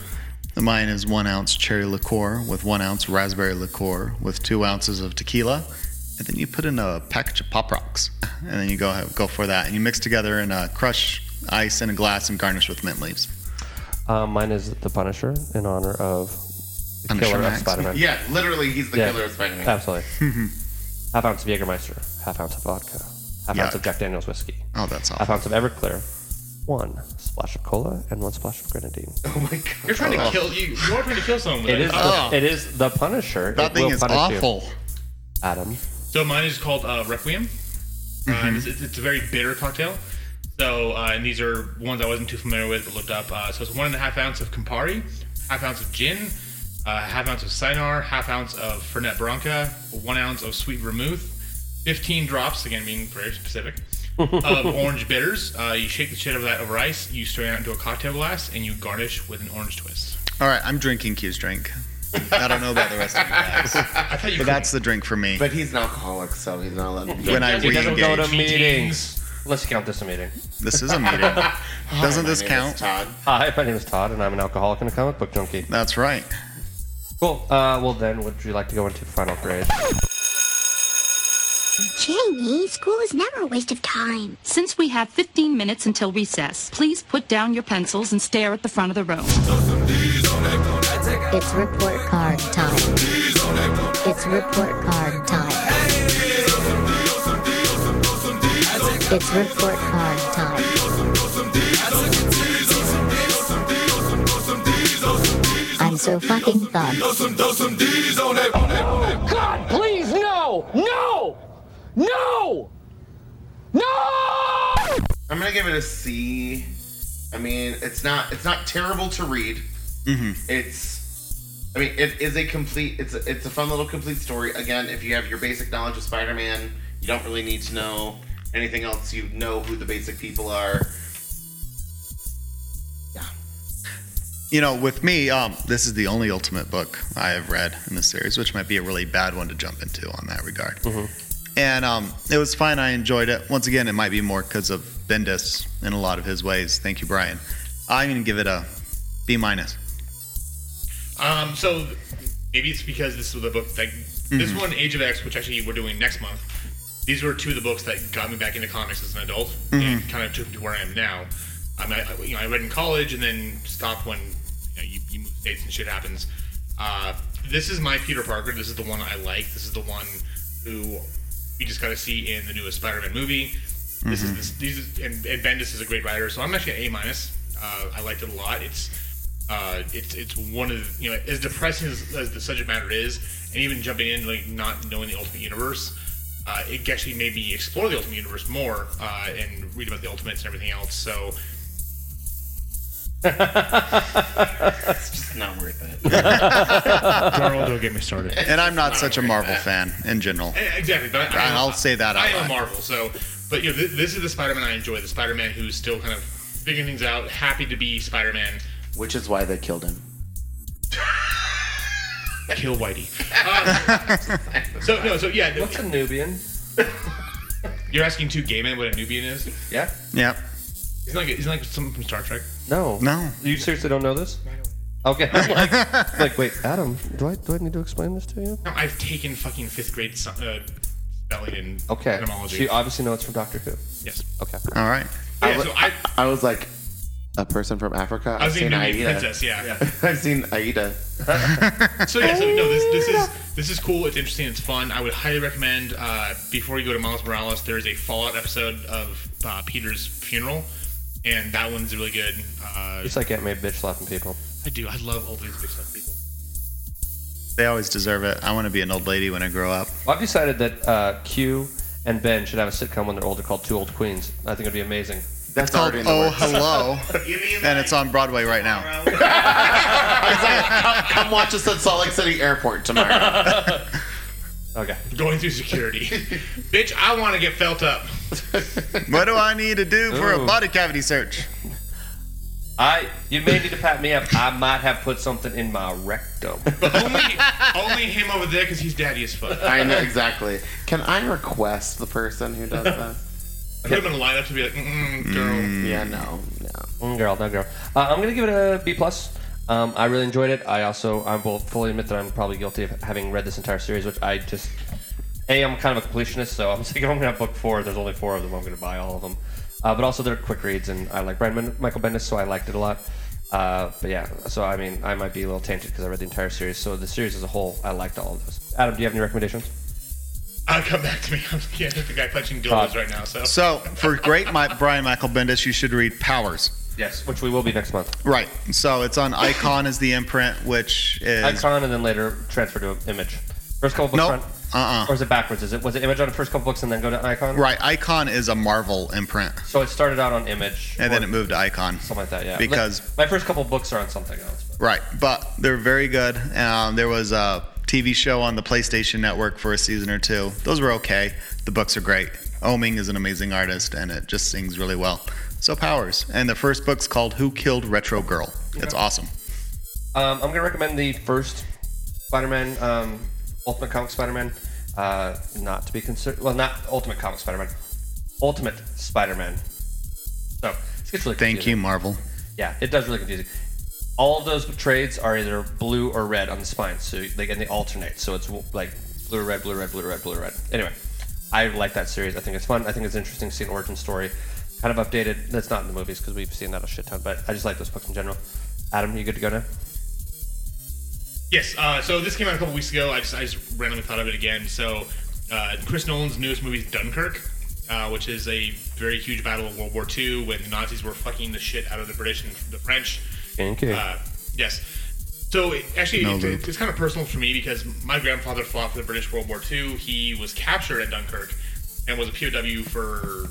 [SPEAKER 5] Mine is one ounce cherry liqueur with one ounce raspberry liqueur with two ounces of tequila, and then you put in a package of pop rocks, and then you go go for that, and you mix together and uh, crush ice in a glass and garnish with mint leaves.
[SPEAKER 9] Um, mine is The Punisher in honor of the
[SPEAKER 5] Punisher
[SPEAKER 9] killer of
[SPEAKER 5] Max.
[SPEAKER 9] Spider Man.
[SPEAKER 10] Yeah, literally, he's the killer of
[SPEAKER 8] *laughs*
[SPEAKER 10] Spider-Man.
[SPEAKER 9] Absolutely. half ounce of Jägermeister, half ounce of vodka, half ounce of Jack Daniels whiskey.
[SPEAKER 5] Oh, that's
[SPEAKER 9] Half ounce of Everclear, one splash of cola, and one splash of grenadine.
[SPEAKER 10] *laughs* Oh my god.
[SPEAKER 8] You're trying to kill you. You're trying to kill someone. With
[SPEAKER 9] It is,
[SPEAKER 8] Oh.
[SPEAKER 9] the, it is the Punisher.
[SPEAKER 8] That
[SPEAKER 9] It
[SPEAKER 8] thing
[SPEAKER 9] will
[SPEAKER 8] is
[SPEAKER 9] punish you.
[SPEAKER 8] awful.
[SPEAKER 9] Adam.
[SPEAKER 8] So mine is called uh, Requiem.
[SPEAKER 9] Mm-hmm.
[SPEAKER 8] Uh, it's, it's- it's a very bitter cocktail. So uh, and these are ones I wasn't too familiar with, but looked up. Uh, so it's one and a half ounce of Campari, half ounce of gin, uh, half ounce of Cynar, half ounce of Fernet Branca, one ounce of sweet vermouth, 15 drops, again being
[SPEAKER 9] *laughs*
[SPEAKER 8] very specific, of orange bitters. Uh, you shake the shit out of that over ice. You strain it into a cocktail glass, and you garnish with an orange twist.
[SPEAKER 5] All right, I'm drinking Q's drink. I don't know about the rest of you guys.
[SPEAKER 8] *laughs* I thought you
[SPEAKER 5] But that's the drink for me.
[SPEAKER 10] *laughs* But he's an alcoholic, so he's not allowed to be.
[SPEAKER 5] When I
[SPEAKER 9] He doesn't go to
[SPEAKER 5] reengage.
[SPEAKER 9] meetings. Let's count this a meeting.
[SPEAKER 5] This is a meeting.
[SPEAKER 9] *laughs*
[SPEAKER 5] Doesn't
[SPEAKER 8] Oh,
[SPEAKER 5] this count?
[SPEAKER 9] Hi, my name is Todd, and I'm an alcoholic and a comic book junkie.
[SPEAKER 5] That's right.
[SPEAKER 9] Cool. Uh, well, then, would you like to go into final grade?
[SPEAKER 14] Jamie, school is never a waste of time. Since we have 15 minutes until recess, please put down your pencils and stare at the front of the room.
[SPEAKER 1] It's report card time. It's report card time. It's report card time. I'm so fucking done.
[SPEAKER 3] Oh, God, please, no! No! No!
[SPEAKER 10] No! I'm gonna give it a C. I mean, it's not it's not terrible to read.
[SPEAKER 5] Mm-hmm.
[SPEAKER 10] It's I mean, it is a complete it's a, it's a fun little complete story. Again, if you have your basic knowledge of Spider-Man, you don't really need to know anything else. You know who the basic people are.
[SPEAKER 5] You know, with me, um, this is the only Ultimate book I have read in the series, which might be a really bad one to jump into on that regard. And um, it was fine. I enjoyed it. Once again, it might be more because of Bendis in a lot of his ways. Thank you, Brian. I'm going to give it a B minus.
[SPEAKER 8] Um, so th- maybe it's because this was the book that this
[SPEAKER 5] Mhm.
[SPEAKER 8] one, Age of X, which actually we're doing next month. These were two of the books that got me back into comics as an adult, and
[SPEAKER 5] Mhm.
[SPEAKER 8] kind of took me to where I am now. I, mean, I, you know, I read in college and then stopped when you, know, you, you move states and shit happens. Uh, this is my Peter Parker. This is the one I like. This is the one who we just got to see in the newest Spider-Man movie. This is
[SPEAKER 5] Mhm.
[SPEAKER 8] this, these is, and, and Bendis is a great writer, so I'm actually an A minus. Uh, I liked it a lot. It's uh, it's it's one of the, you know as depressing as, as the subject matter is, and even jumping in like not knowing the Ultimate Universe, uh, it actually made me explore the Ultimate Universe more uh, and read about the Ultimates and everything else.
[SPEAKER 10] *laughs*
[SPEAKER 8] So
[SPEAKER 10] it's just not worth it.
[SPEAKER 5] *laughs*
[SPEAKER 8] *laughs*
[SPEAKER 10] *laughs*
[SPEAKER 8] Darnold,
[SPEAKER 10] don't get me started.
[SPEAKER 5] And I'm not such a Marvel fan in general.
[SPEAKER 8] Eh, Exactly, but I,
[SPEAKER 5] And I'll say that
[SPEAKER 8] I
[SPEAKER 5] out
[SPEAKER 8] am
[SPEAKER 5] loud.
[SPEAKER 8] a Marvel, so but you know th- this is the Spider-Man I enjoy, the Spider-Man who's still kind of figuring things out, happy to be Spider-Man.
[SPEAKER 10] Which is why they killed him.
[SPEAKER 8] Kill *laughs* Whitey. Um, so no, so yeah. What's
[SPEAKER 9] a Nubian?
[SPEAKER 8] You're asking two gay men what a Nubian is?
[SPEAKER 9] Yeah.
[SPEAKER 5] Yep.
[SPEAKER 8] Isn't like isn't like someone from Star Trek?
[SPEAKER 9] No.
[SPEAKER 5] No.
[SPEAKER 9] You seriously don't know this? Okay. I'm
[SPEAKER 8] *laughs*
[SPEAKER 9] like, like, wait, Adam, do I do I need to explain this to you?
[SPEAKER 8] No, I've taken fucking fifth grade so- uh, spelling and
[SPEAKER 9] Okay.
[SPEAKER 8] etymology.
[SPEAKER 9] She uh, obviously knows it's from Doctor Who.
[SPEAKER 8] Yes.
[SPEAKER 9] Okay.
[SPEAKER 5] All right.
[SPEAKER 8] Yeah, so I,
[SPEAKER 10] I was like, a person from Africa.
[SPEAKER 8] I
[SPEAKER 10] I've
[SPEAKER 8] was
[SPEAKER 10] seen
[SPEAKER 8] thinking Nubian
[SPEAKER 10] Aida.
[SPEAKER 8] princess, yeah.
[SPEAKER 10] *laughs* I've seen Aida.
[SPEAKER 8] so yeah, so no, this
[SPEAKER 9] *laughs*
[SPEAKER 8] this is this is cool. It's interesting. It's fun. I would highly recommend uh, before you go to Miles Morales. There is a Fallout episode of uh, Peter's funeral, and that one's really good. Uh,
[SPEAKER 9] Just like Aunt May bitch slapping people.
[SPEAKER 8] I do. I love old these big stuff people.
[SPEAKER 5] They always deserve it. I want to be an old lady when I grow up.
[SPEAKER 9] Well, I've decided that uh, Q and Ben should have a sitcom when they're older called Two Old Queens. I think it'd be amazing.
[SPEAKER 5] It's called Oh Hello, and it's on Broadway right now.
[SPEAKER 10] Come, come watch us at Salt Lake City Airport tomorrow.
[SPEAKER 9] okay.
[SPEAKER 8] Going through security, bitch. I want to get felt up.
[SPEAKER 5] What do I need to do for a
[SPEAKER 9] Ooh.
[SPEAKER 5] body cavity search?
[SPEAKER 9] I you may need to pat me up. I might have put something in my rectum. *laughs*
[SPEAKER 8] Only him over there because he's daddy as fuck.
[SPEAKER 10] I know exactly. Can I request the person who does that?
[SPEAKER 8] I put him in a lineup to be like, mm, girl.
[SPEAKER 10] Yeah, no,
[SPEAKER 9] Mm, girl, no girl. Uh, I'm gonna give it a B plus. Um, I really enjoyed it. I also I will fully admit that I'm probably guilty of having read this entire series, which I just a I'm kind of a completionist, so *laughs* I'm just like if I'm gonna have book four, there's only four of them, I'm gonna buy all of them. Uh, but also they're quick reads, and I like Brian Ben- Michael Bendis, so I liked it a lot. Uh, but yeah, so I mean, I might be a little tainted because I read the entire series. So the series as a whole, I liked all of those. Adam, do you have any recommendations?
[SPEAKER 8] I'll uh, come back to me. *laughs* I'm yeah, the guy punching dildos right now. So
[SPEAKER 5] So, for great Mi- Brian Michael Bendis, you should read Powers.
[SPEAKER 9] Yes, which we will be next month.
[SPEAKER 5] Right. So it's on Icon as the imprint, which is
[SPEAKER 9] Icon, and then later transfer to Image. First couple books.
[SPEAKER 5] Nope.
[SPEAKER 9] front-
[SPEAKER 5] Uh-uh.
[SPEAKER 9] Or is it backwards? Is it was it Image on the first couple books and then go to Icon?
[SPEAKER 5] right. Icon is a Marvel imprint,
[SPEAKER 9] So it started out on Image.
[SPEAKER 5] and then it moved to Icon.
[SPEAKER 9] Something like that. Yeah.
[SPEAKER 5] Because
[SPEAKER 9] my first couple books are on something else.
[SPEAKER 5] right, but they're very good. Um, there was a TV show on the PlayStation Network for a season or two. Those were okay. The books are great. Oming is an amazing artist, and it just sings really well. So Powers, and the first book's called Who Killed Retro Girl. It's awesome.
[SPEAKER 9] Um, I'm gonna recommend the first Spider-Man um, Ultimate Comic Spider-Man, uh, not to be considered. Well, not Ultimate Comic Spider-Man, Ultimate Spider-Man. So it gets really
[SPEAKER 5] Thank you,
[SPEAKER 9] confusing.
[SPEAKER 5] Marvel.
[SPEAKER 9] Yeah, it does really confusing. All of those trades are either blue or red on the spine, so they and they alternate. So it's like blue, red, blue, red, blue, red, blue, red. Anyway, I like that series. I think it's fun. I think it's interesting to see an origin story, kind of updated. That's not in the movies because we've seen that a shit ton. But I just like those books in general. Adam, you good to go now?
[SPEAKER 8] Yes. Uh, so this came out a couple weeks ago. I just, I just randomly thought of it again. So uh, Chris Nolan's newest movie is Dunkirk, uh, which is a very huge battle of World War II when the Nazis were fucking the shit out of the British and the French.
[SPEAKER 9] Dunkirk.
[SPEAKER 8] Uh, yes. So it- actually,
[SPEAKER 9] No
[SPEAKER 8] it-
[SPEAKER 9] loop.
[SPEAKER 8] it's kind of personal for me because my grandfather fought for the British World War II. He was captured at Dunkirk and was a POW for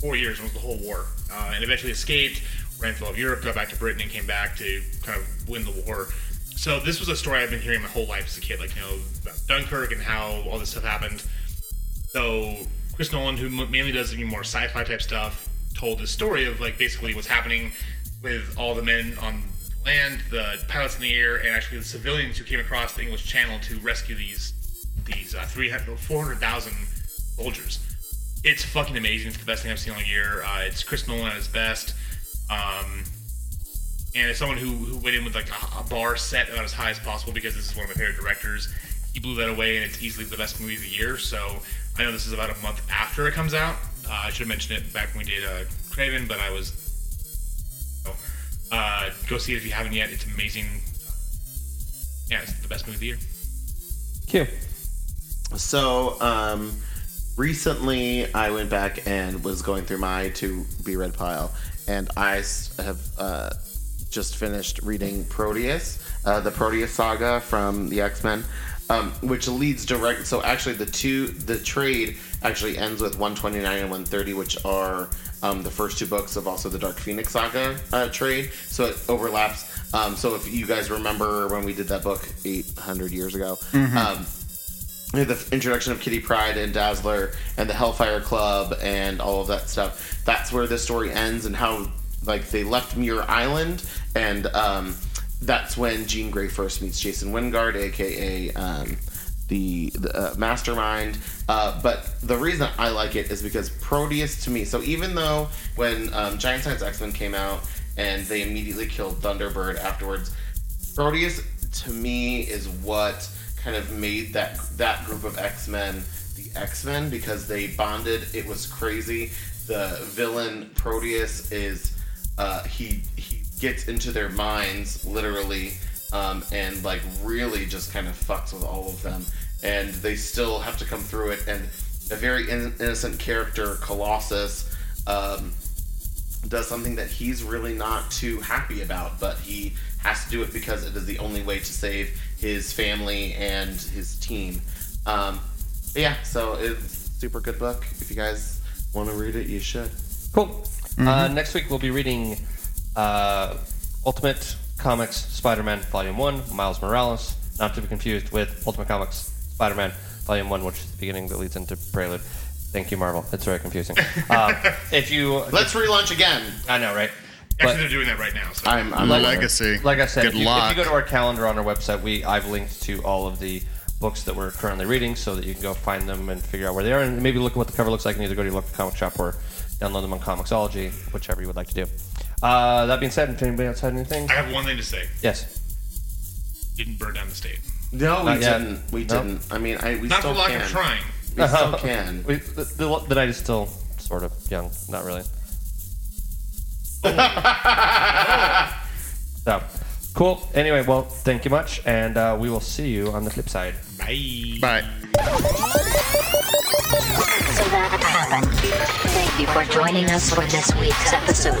[SPEAKER 8] four years and was the whole war, uh, and eventually escaped, ran through all of Europe, got back to Britain, and came back to kind of win the war. So this was a story I've been hearing my whole life as a kid, like you know about Dunkirk and how all this stuff happened. So Chris Nolan, who m- mainly does even more sci-fi type stuff, told his story of like basically what's happening with all the men on land, the pilots in the air, and actually the civilians who came across the English Channel to rescue these these uh, 300 400,000 soldiers. It's fucking amazing. It's the best thing I've seen all year. Uh, it's Chris Nolan at his best. Um, and as someone who, who went in with like a, a bar set about as high as possible because this is one of my favorite directors, he blew that away, and it's easily the best movie of the year. So I know this is about a month after it comes out. Uh, I should have mentioned it back when we did uh, Craven, but I was. So, uh, go see it if you haven't yet. It's amazing. Yeah, it's the best movie of the year.
[SPEAKER 9] Q.
[SPEAKER 10] So, um, recently I went back and was going through my to be read pile, and I s- have uh, just finished reading Proteus, uh, the Proteus saga from the X Men, um, which leads direct. So actually, the two the trade actually ends with 129 and 130, which are um, the first two books of also the Dark Phoenix saga uh, trade. So it overlaps. Um, so if you guys remember when we did that book 800 years ago.
[SPEAKER 5] Mhm.
[SPEAKER 10] Um, you know, the introduction of Kitty Pride and Dazzler and the Hellfire Club and all of that stuff. That's where the story ends and how like they left Muir Island and um, that's when Jean Grey first meets Jason Wingard, aka um, the, the uh, Mastermind. Uh, but the reason I like it is because Proteus to me. So even though when um, Giant Science X Men came out and they immediately killed Thunderbird afterwards, Proteus to me is what kind of made that that group of X Men the X Men because they bonded. It was crazy. The villain Proteus is uh, he he gets into their minds literally um, and like really just kind of fucks with all of them and they still have to come through it and a very in- innocent character Colossus um, does something that he's really not too happy about, but he has to do it because it is the only way to save his family and his team. Um, but yeah, so it's a super good book. If you guys want to read it, you should.
[SPEAKER 9] Cool. Uh, next week we'll be reading uh, Ultimate Comics Spider-Man Volume One, Miles Morales, not to be confused with Ultimate Comics Spider-Man Volume One, which is the beginning that leads into Prelude. Thank you, Marvel. It's very confusing. uh, if you
[SPEAKER 10] let's relaunch again,
[SPEAKER 9] I know, right?
[SPEAKER 8] Actually, they're doing that right now. So.
[SPEAKER 9] Like I said, if, you, if you go to our calendar on our website, we I've linked to all of the books that we're currently reading, so that you can go find them and figure out where they are, and maybe look at what the cover looks like, and either go to your local comic shop or download them on Comixology, whichever you would like to do. Uh, that being said, if anybody else had anything,
[SPEAKER 8] I have one thing to say.
[SPEAKER 9] yes,
[SPEAKER 8] Didn't burn down the state.
[SPEAKER 10] No, we
[SPEAKER 9] Not yet.
[SPEAKER 10] didn't. We
[SPEAKER 9] No.
[SPEAKER 10] didn't. I mean, I we
[SPEAKER 8] Not
[SPEAKER 10] still
[SPEAKER 8] for lack
[SPEAKER 10] can.
[SPEAKER 8] of trying.
[SPEAKER 10] We still Oh, can.
[SPEAKER 9] Uh, *laughs* We, the, the, the night is still sort of young, not really. So, cool. Anyway, well, thank you much, and uh, we will see you on the flip side.
[SPEAKER 8] Bye.
[SPEAKER 5] Bye.
[SPEAKER 1] Thank you for joining us for this week's episode.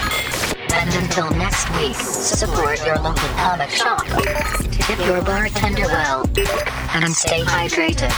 [SPEAKER 1] And until next week, support your local comic shop, tip your bartender well, and stay hydrated.